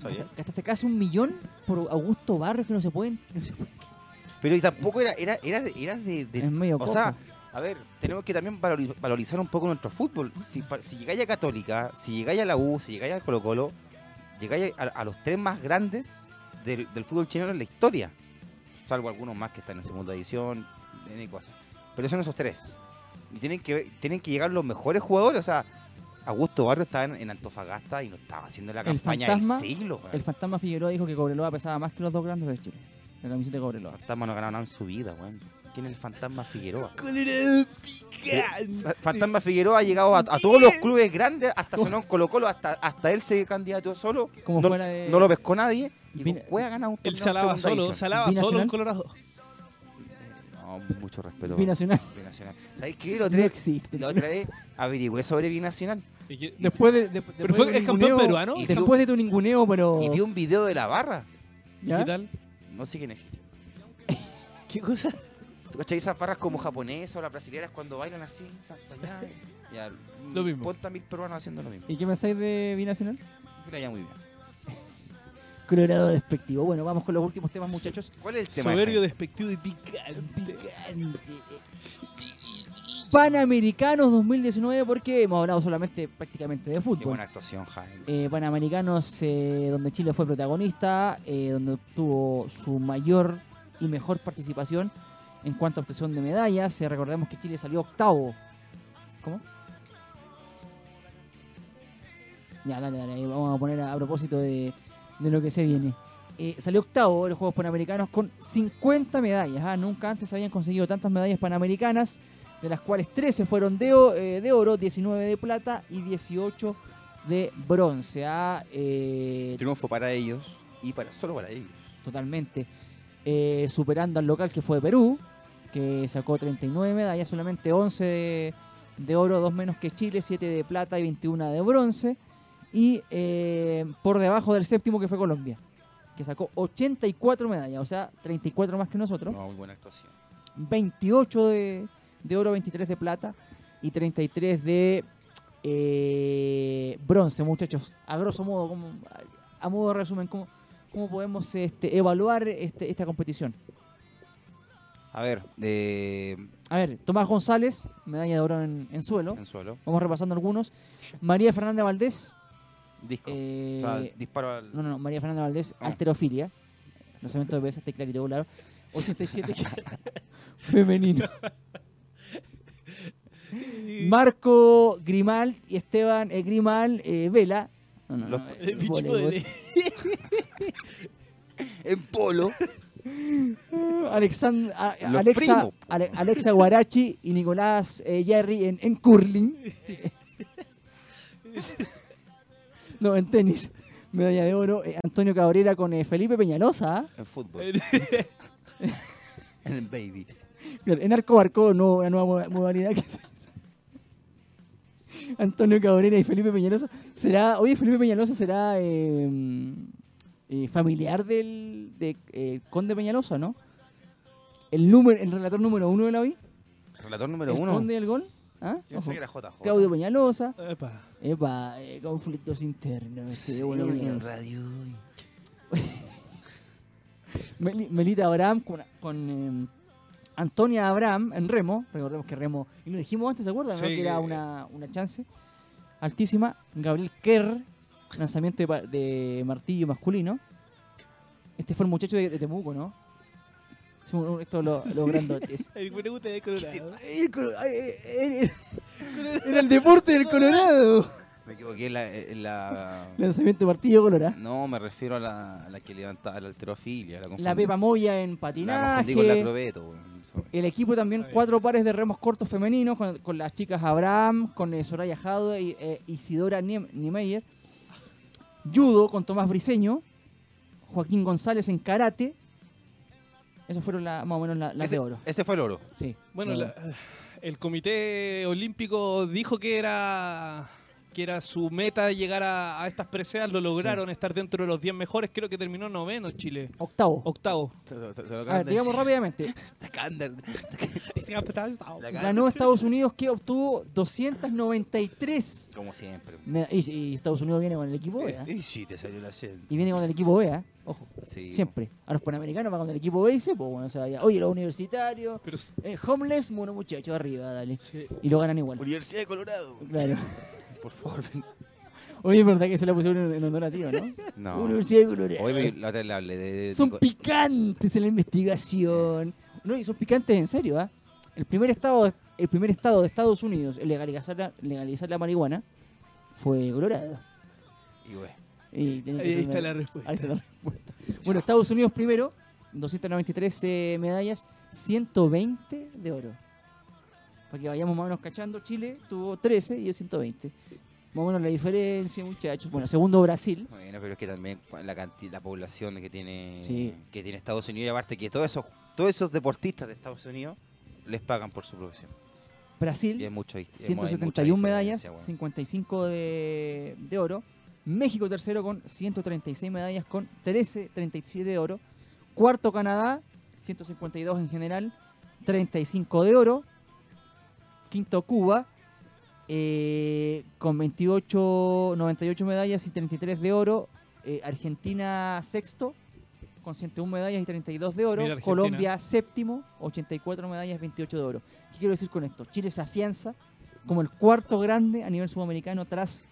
¿Sabías?
gasta- Gastaste casi un millón por Augusto Barrios que no se pueden. no se pueden-
Pero y tampoco era, era, era, de- era de, de-
es medio
O
cojo.
sea, a ver, tenemos que también valori- valorizar un poco nuestro fútbol. Si, pa- si llegáis a Católica, si llegáis a la U, si llegáis al Colo Colo, llegáis a, a los tres más grandes del, del fútbol chileno en la historia. Salvo algunos más que están en segunda edición, en cosas. Pero son esos tres. Y tienen que, ver- tienen que llegar los mejores jugadores. O sea, Augusto Barrio estaba en, en Antofagasta y no estaba haciendo la
El
campaña
fantasma-
del siglo. weón.
el fantasma Figueroa dijo que Cobreloa pesaba más que los dos grandes de Chile. La camiseta de Cobreloa.
fantasma no ganó nada en su vida, weón. ¿Quién es el fantasma Figueroa?
Colorado picante.
Fa- Fantasma Figueroa ha llegado a, a todos los clubes grandes, hasta sonó en Colo Colo, hasta, hasta él se candidató solo.
Como
no,
fuera de-
no lo pescó nadie. Y
Vina-
con Cueva gana
Eh,
un
Él
torneo
salaba
en segunda
solo,
división.
salaba
¿Binacional?
solo en Colorado.
No, mucho respeto.
Binacional.
Binacional. ¿Sabes qué? La otra,
No
vez,
existe.
la otra vez averigüé sobre Binacional
Y que-
Después de, de- después
fue-
de tu
es campeón
ninguneo-
peruano.
y Después de tu ninguneo, pero.
y vi un video de la barra.
¿ya?
¿Qué tal?
No sé quién es.
¿Qué cosa?
¿Tú cachai esas barras como japonesas o las brasileñas cuando bailan así? esas pañadas? Ya,
Lo mismo.
Ponta mil peruanos haciendo lo mismo.
¿Y qué pensáis de Binacional?
Que le vaya muy bien.
Colorado despectivo. Bueno, vamos con los últimos temas, muchachos.
¿Cuál es el tema?
Soberbio,
de...
despectivo y picante.
Panamericanos 2019, porque hemos hablado solamente prácticamente de
Qué
fútbol.
buena actuación, Jaime.
Eh, Panamericanos, eh, donde Chile fue protagonista, eh, donde obtuvo su mayor y mejor participación en cuanto a obtención de medallas. Eh, recordemos que Chile salió octavo. ¿Cómo? Ya, dale, dale. ahí Vamos a poner a, a propósito de, de lo que se viene. Eh, salió octavo en los Juegos Panamericanos con 50 medallas. Ah, Nunca antes habían conseguido tantas medallas panamericanas, de las cuales 13 fueron de, o- eh, de oro, 19 de plata y 18 de bronce. Ah, eh,
Triunfo para ellos y para solo para ellos.
totalmente. Eh, superando al local que fue Perú, que sacó 39 medallas, solamente 11 de, de oro, 2 menos que Chile, 7 de plata y 21 de bronce. Y eh, por debajo del séptimo que fue Colombia, que sacó 84 medallas, o sea, 34 más que nosotros.
No, muy buena actuación.
28 de, de oro, 23 de plata y 33 de eh, bronce, muchachos. A grosso modo, como, a modo de resumen, ¿cómo, cómo podemos este, evaluar este- esta competición?
A ver, eh,
A ver, Tomás González, medalla de oro en, en suelo.
en suelo.
Vamos repasando algunos. María Fernanda Valdés.
Disco.
eh,
O sea, disparo al.
no, no, no, María Fernanda Valdés,
Ah.
alterofilia. Lanzamiento de pesas, está clarito, claro. 87 femenino. Marco Grimal y Esteban eh, Grimal eh, Vela. No, no, no,
Los-
eh,
El bicho
voleibol.
de-
En polo.
Alexan- a-
Los
Alexa,
primos, po.
Ale- Alexa Guarachi y Nicolás eh, Jerry en, en curling. no, en tenis. Medalla de oro. eh, Antonio Cabrera con eh, Felipe Peñalosa. ¿ah?
En fútbol. en el baby.
Claro, en arco a arco, no, una nueva moda- modalidad que se Antonio Cabrera y Felipe Peñalosa. ¿Será, oye, Felipe Peñalosa será eh, eh, familiar del de, eh, Conde Peñalosa, ¿no? El, número, el relator número uno de la UI.
Relator número
el
uno.
Conde del Gol. ¿Ah?
Yo
Ojo.
pensé que era JJ.
Claudio Peñalosa.
Epa.
Epa, eh, conflictos internos. sí,
Sí,
bueno,
en
Peñalosa.
radio.
Meli- Melita Abraham con, con, eh, Antonia Abraham en remo. Recordemos que remo, y lo dijimos antes, ¿se acuerdan? no?
Sí,
Que era
que-
una, una chance altísima. Gabriel Kerr, lanzamiento de, pa- de martillo masculino. Este fue el muchacho de, de Temuco, ¿no? Sí, un- un- Esto lo, lo grandotes.
El pregunta de Colorado.
El colo- ay, eh, eh, Era el deporte del Colorado.
Me equivoqué en la. en la-
Lanzamiento de martillo colorado.
No, me refiero a la, a la que levantaba la alterofilia. La,
La
confundí.
Pepa Moya en
La confundí con la
patinaje.
acrobeto, weón.
El equipo también,
Está bien.
cuatro pares de remos cortos femeninos con, con las chicas Abraham, con eh, Soraya Jado y eh, Isidora Niem- Niemeyer. Judo con Tomás Briseño. Joaquín González en karate. Esas fueron la- más o menos la- las
ese,
de oro.
Ese fue el oro.
Sí.
Bueno,
Oro.
la- el Comité Olímpico dijo que era que era su meta llegar a, a estas preseas, lo lograron estar dentro de los 10 mejores, creo que terminó noveno Chile,
octavo.
octavo.
A ver, digamos rápidamente. Ganó Estados Unidos que obtuvo 293.
Como siempre.
Me- Y, y Estados Unidos viene con el equipo B. ¿ah?
Y sí, te salió la gente.
Y viene con el equipo B, ¿ah? ojo.
Sí,
Siempre. A los panamericanos va con el equipo B y se, pues, bueno, o sea, ya, oye, los universitarios,
Pero s-
eh, homeless, bueno, muchachos, arriba, dale.
sí,
Y lo ganan igual.
Universidad de Colorado.
Claro.
Por favor.
Oye, es verdad que se la pusieron en honor a tío, ¿no?
No.
Universidad de Colorado.
Hoy me- la otra le hablé de. de-
Eh, son
de-
picantes en la investigación. No, y son picantes en serio, ¿ah? El primer estado, el primer estado de Estados Unidos en legalizar la, legalizar la marihuana fue Colorado.
y güey,
Y tiene que
Ahí
ser
está
una-
la respuesta.
Ahí está la respuesta. Bueno, Estados Unidos primero, 293 eh, medallas, 120 de oro. Para que vayamos más o menos cachando, Chile tuvo 13 y yo 120. Más o menos la diferencia, muchachos. Bueno, segundo Brasil.
Bueno, pero es que también cua- la cantidad, la población que tiene
Sí.
que tiene Estados Unidos y aparte que todos esos todos esos deportistas de Estados Unidos les pagan por su profesión. Y es
Brasil,
mucho. es mu- hay mucha
171 medallas,
diferencia, weón.
55 de, de oro. México tercero con 136 medallas, con 13, 37 de oro. Cuarto Canadá, 152 en general, 35 de oro. Quinto Cuba, eh, con 28, 98 medallas y 33 de oro. Eh, Argentina sexto, con 101 medallas y 32 de oro.
Mira, Argentina.
Colombia séptimo, 84 medallas, 28 de oro. ¿Qué quiero decir con esto? Chile se afianza como el cuarto grande a nivel sudamericano tras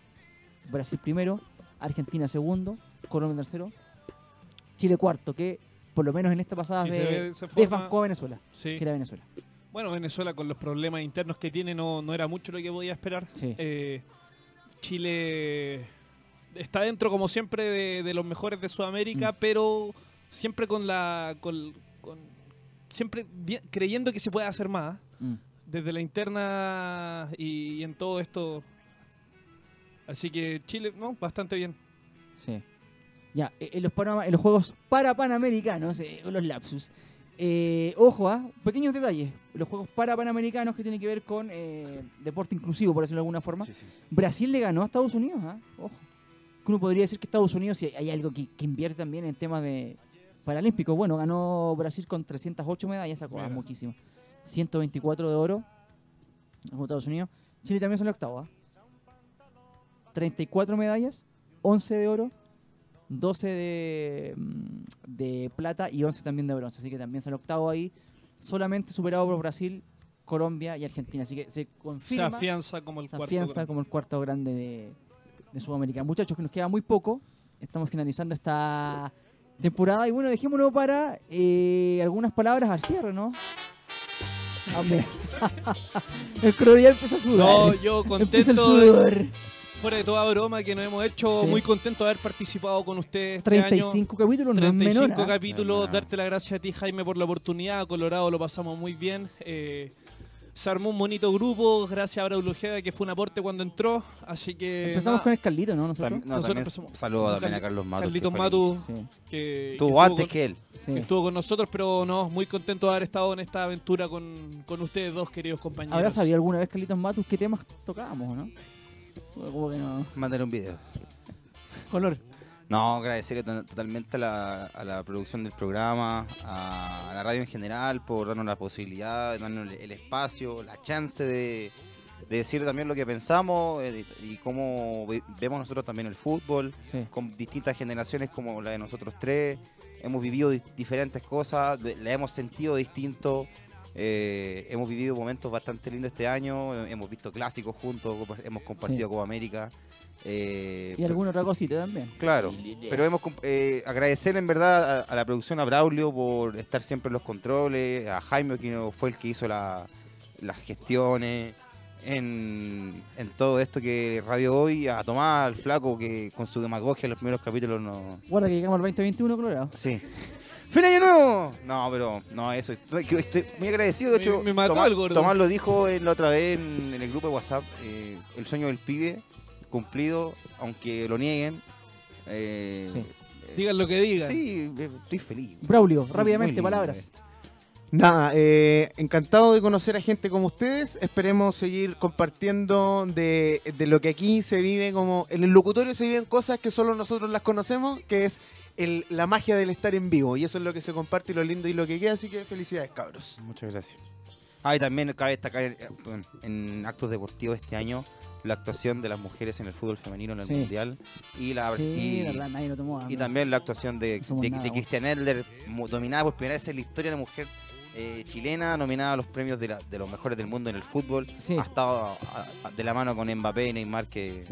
Brasil primero, Argentina segundo, Colombia tercero, Chile cuarto, que por lo menos en esta pasada
Sí,
de,
se ve- se forma-
desbancó a Venezuela,
sí.
que era Venezuela.
Bueno, Venezuela con los problemas internos que tiene no, no era mucho lo que podía esperar.
Sí.
Eh, Chile está dentro, como siempre, de, de los mejores de Sudamérica,
Mm.
pero siempre con la. con- con- siempre vi- creyendo que se puede hacer más.
Mm.
Desde la interna y, y en todo esto. Así que Chile, ¿no? Bastante bien.
Sí. Ya, eh, en los, Panama- en los juegos para panamericanos, eh, con los lapsus. Eh, ojo, ah, pequeños detalles. Los juegos para panamericanos que tienen que ver con eh, deporte inclusivo, por decirlo de alguna forma.
Sí, sí.
Brasil le ganó a Estados Unidos, ah, ojo. Que uno podría decir que Estados Unidos, si hay- hay algo que, que invierte también en temas de paralímpicos, bueno, ganó Brasil con 308 medallas, sacó ah,
Mira.
muchísimo. 124 de oro, como Estados Unidos. Chile también son octavo, ¿ah? 34 medallas, 11 de oro, 12 de, mm, de plata y 11 también de bronce. Así que también sale octavo ahí, solamente superado por Brasil, Colombia y Argentina. Así que se
Se
confirma
afianza como el
se
cuarto.
afianza como el cuarto grande de, de Sudamérica. Muchachos, que nos queda muy poco. Estamos finalizando esta temporada. Y bueno, dejémoslo para eh, algunas palabras al cierre, ¿no? Ah, mira. el coro ya empieza a
No,
sudar. empieza
yo
el
contento, de- este
sudor.
fuera de toda broma que nos hemos hecho,
Sí.
muy contento de haber participado con ustedes este año.
35 capítulos, no es
35
menor. ¿ah?
capítulos,
No, no.
darte la gracia a ti Jaime por la oportunidad, Colorado lo pasamos muy bien. eh, se armó un bonito grupo, gracias a Braulio Ojeda, que fue un aporte cuando entró, así que...
Empezamos
nada,
con el Carlito, ¿no? Nosotros.
También, no,
Nosotros
también
empezamos-
saludo
Carli-
también a Carlos Matos.
Carlitos
que fue el-
Matu,
Sí,
que, que
Estuvo antes
con,
que él.
sí.
que estuvo con nosotros, pero no, muy contento de haber estado en esta aventura con, con ustedes dos, queridos compañeros.
¿Habrá sabido alguna vez, Carlitos Matus, qué temas tocábamos, no? Como que no.
Mándale un video.
Color.
No, agradecer to- totalmente a la, a la producción del programa, a, a la radio en general, por darnos la posibilidad, darnos el- el espacio, la chance de, de decir también lo que pensamos eh, y cómo ve- vemos nosotros también el fútbol,
Sí.
con distintas generaciones como la de nosotros tres. Hemos vivido di- diferentes cosas, de- la hemos sentido distinto. Eh, hemos vivido momentos bastante lindos este año, eh, hemos visto clásicos juntos, compa- hemos compartido Copa América. eh,
Y
pero-
alguna otra cosita también.
Claro, pero hemos comp- eh, agradecer en verdad a, a la producción, a Braulio por estar siempre en los controles, a Jaime que no- fue el que hizo la- las gestiones en, en todo esto que Radio Hoy, a Tomás, al Flaco que con su demagogia en los primeros capítulos no...
Guarda que llegamos al 2021, Colorado.
Sí. ¡Feliz año nuevo! No, pero no, eso. Estoy, que estoy muy agradecido. De
Me-
hecho,
me mató
Tomás,
el gordo.
Tomás lo dijo en la otra vez en, en el grupo de WhatsApp. eh, el sueño del pibe cumplido, aunque lo nieguen. eh,
Sí.
eh,
Digan lo que digan.
Sí, eh, estoy feliz.
Braulio,
Muy
rápidamente,
lindo, eh.
palabras.
Nada, eh, encantado de conocer a gente como ustedes. Esperemos seguir compartiendo de, de lo que aquí se vive, como en el locutorio se viven cosas que solo nosotros las conocemos, que es el- la magia del estar en vivo. Y eso es lo que se comparte y lo lindo y lo que queda. Así que felicidades, cabros.
Muchas gracias. Ah, y también cabe destacar eh, bueno, en actos deportivos este año la actuación de las mujeres en el fútbol femenino en el
Sí.
mundial y la
Sí,
y-
verdad, nadie lo tomó. a-
Y también la actuación de,
No somos
de,
nada,
de
vos.
Christian Edler, mu- dominada por primera vez en la historia de la mujer eh, chilena, nominada a los premios de, la- de los mejores del mundo en el fútbol.
Sí.
Ha estado a- a- de la mano con Mbappé y Neymar, que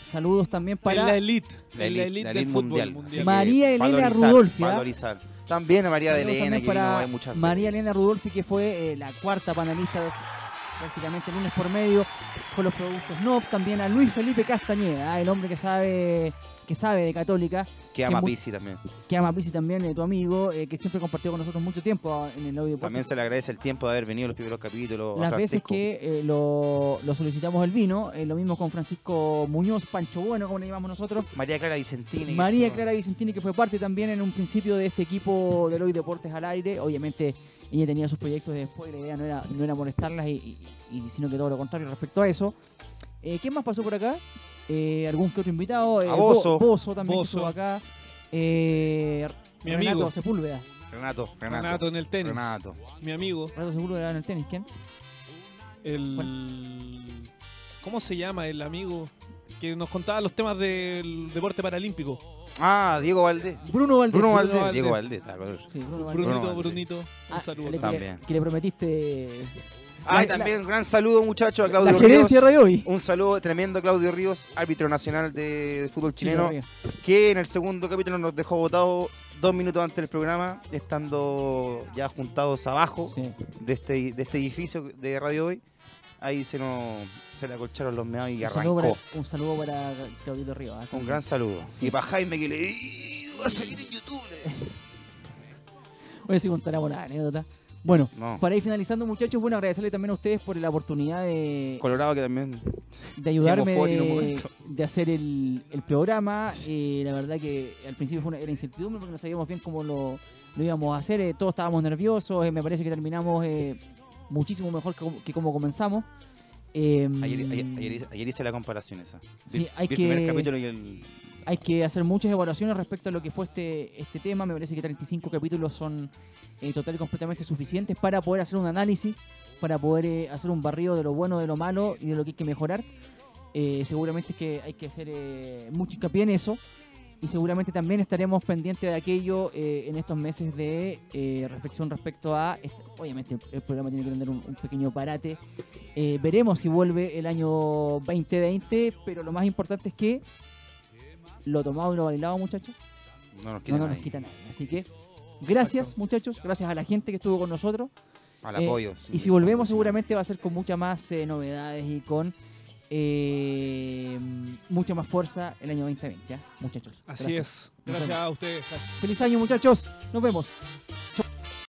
Saludos también
En la
para
elite.
la
en
elite,
la elite,
la elite
del fútbol
mundial.
mundial.
Así que
María Elena
valorizar,
Rudolfi, ¿ah?
valorizar. También a María de
Saludos
Elena,
también
que
para
vino hay muchas
María
veces.
Elena Rudolfi, que fue eh, la cuarta panelista de- prácticamente lunes por medio con los productos NOP. También a Luis Felipe Castañeda, ah, el hombre que sabe que sabe de Católica,
Que
que
ama
mu-
Pisi también.
que ama a Pisi también, eh, tu amigo, eh, que siempre compartió con nosotros mucho tiempo ah, en el audio.
También se le agradece el tiempo de haber venido los primeros capítulos. a
Las veces
Francisco.
que eh, lo, lo solicitamos el vino, eh, lo mismo con Francisco Muñoz, Pancho Bueno, como le llamamos nosotros.
María Clara Vicentini.
María Clara Vicentini, que fue parte también en un principio de este equipo de Loy Deportes al aire. Obviamente, ella tenía sus proyectos de después, la idea no era, no era molestarlas, y, y- y- sino que todo lo contrario respecto a eso. Eh, ¿Quién más pasó por acá? Eh, ¿Algún que otro invitado? Eh,
A Bozo.
Bo- Bozo también que
Bozo.
estuvo acá. Eh,
Mi
Renato
amigo.
Sepúlveda.
Renato, Renato.
Renato en el tenis.
Renato.
Mi amigo.
Renato Sepúlveda en el tenis, ¿quién?
El. ¿Cómo se llama el amigo que nos contaba los temas del deporte paralímpico?
Ah, Diego Valdés.
Bruno Valdés.
Bruno
Valdés.
Valdés. Diego Valdés. está con él.
Sí, Bruno Valdés.
Brunito,
Bruno Valdés.
Brunito. Un
Ah,
saludo.
le- que le-
También.
Que le prometiste
Ah, y
La-
también un gran saludo, muchachos, a
la
Claudio Ríos.
gerencia de Radio Hoy.
Un saludo tremendo a Claudio Ríos, árbitro nacional de fútbol chileno,
Sí,
que en el segundo capítulo nos dejó votado dos minutos antes del programa, estando ya juntados abajo
Sí.
de, este, de este edificio de Radio Hoy. Ahí se nos se le acolcharon los meados y
Un saludo, para,
arrancó.
un saludo para Claudio Rivas.
Un gran saludo.
Sí.
Y para Jaime que le "Ih, va a salir en YouTube.
Voy a decir contar una anécdota. Bueno,
No.
para ir finalizando, muchachos, bueno, agradecerle también a ustedes por la oportunidad de,
Colorado que también.
de ayudarme
Hicimos fútbol en un
de,
momento.
de hacer el, el programa. Eh, la verdad que al principio fue una, era incertidumbre porque no sabíamos bien cómo lo, lo íbamos a hacer. eh, todos estábamos nerviosos. eh, me parece que terminamos eh, muchísimo mejor que, como- que como comenzamos. Eh,
Ayer, ayer, ayer hice- ayer hice la comparación esa.
Sí,
Vi-
hay
vi el
que-
primer capítulo y el.
hay que hacer muchas evaluaciones respecto a lo que fue este, este tema. Me parece que 35 capítulos son eh, total y completamente suficientes para poder hacer un análisis, para poder eh, hacer un barrido de lo bueno, de lo malo y de lo que hay que mejorar. Eh, seguramente es que hay que hacer eh, mucho hincapié en eso. Y seguramente también estaremos pendientes de aquello eh, en estos meses de eh, reflexión respecto a... est- Obviamente el programa tiene que tener un, un pequeño parate. Eh, veremos si vuelve el año 2020, pero lo más importante es que lo tomado y lo bailado, muchachos,
No nos quita
no, no nos
nadie.
quita nadie. Así que gracias, muchachos, gracias a la gente que estuvo con nosotros.
Al
Eh,
apoyo.
y si volvemos, seguramente va a ser con muchas más eh, novedades y con eh, mucha más fuerza el año 2020, ¿ya? muchachos.
Así
gracias.
es. Gracias a ustedes.
Feliz año, muchachos. Nos vemos. Chau.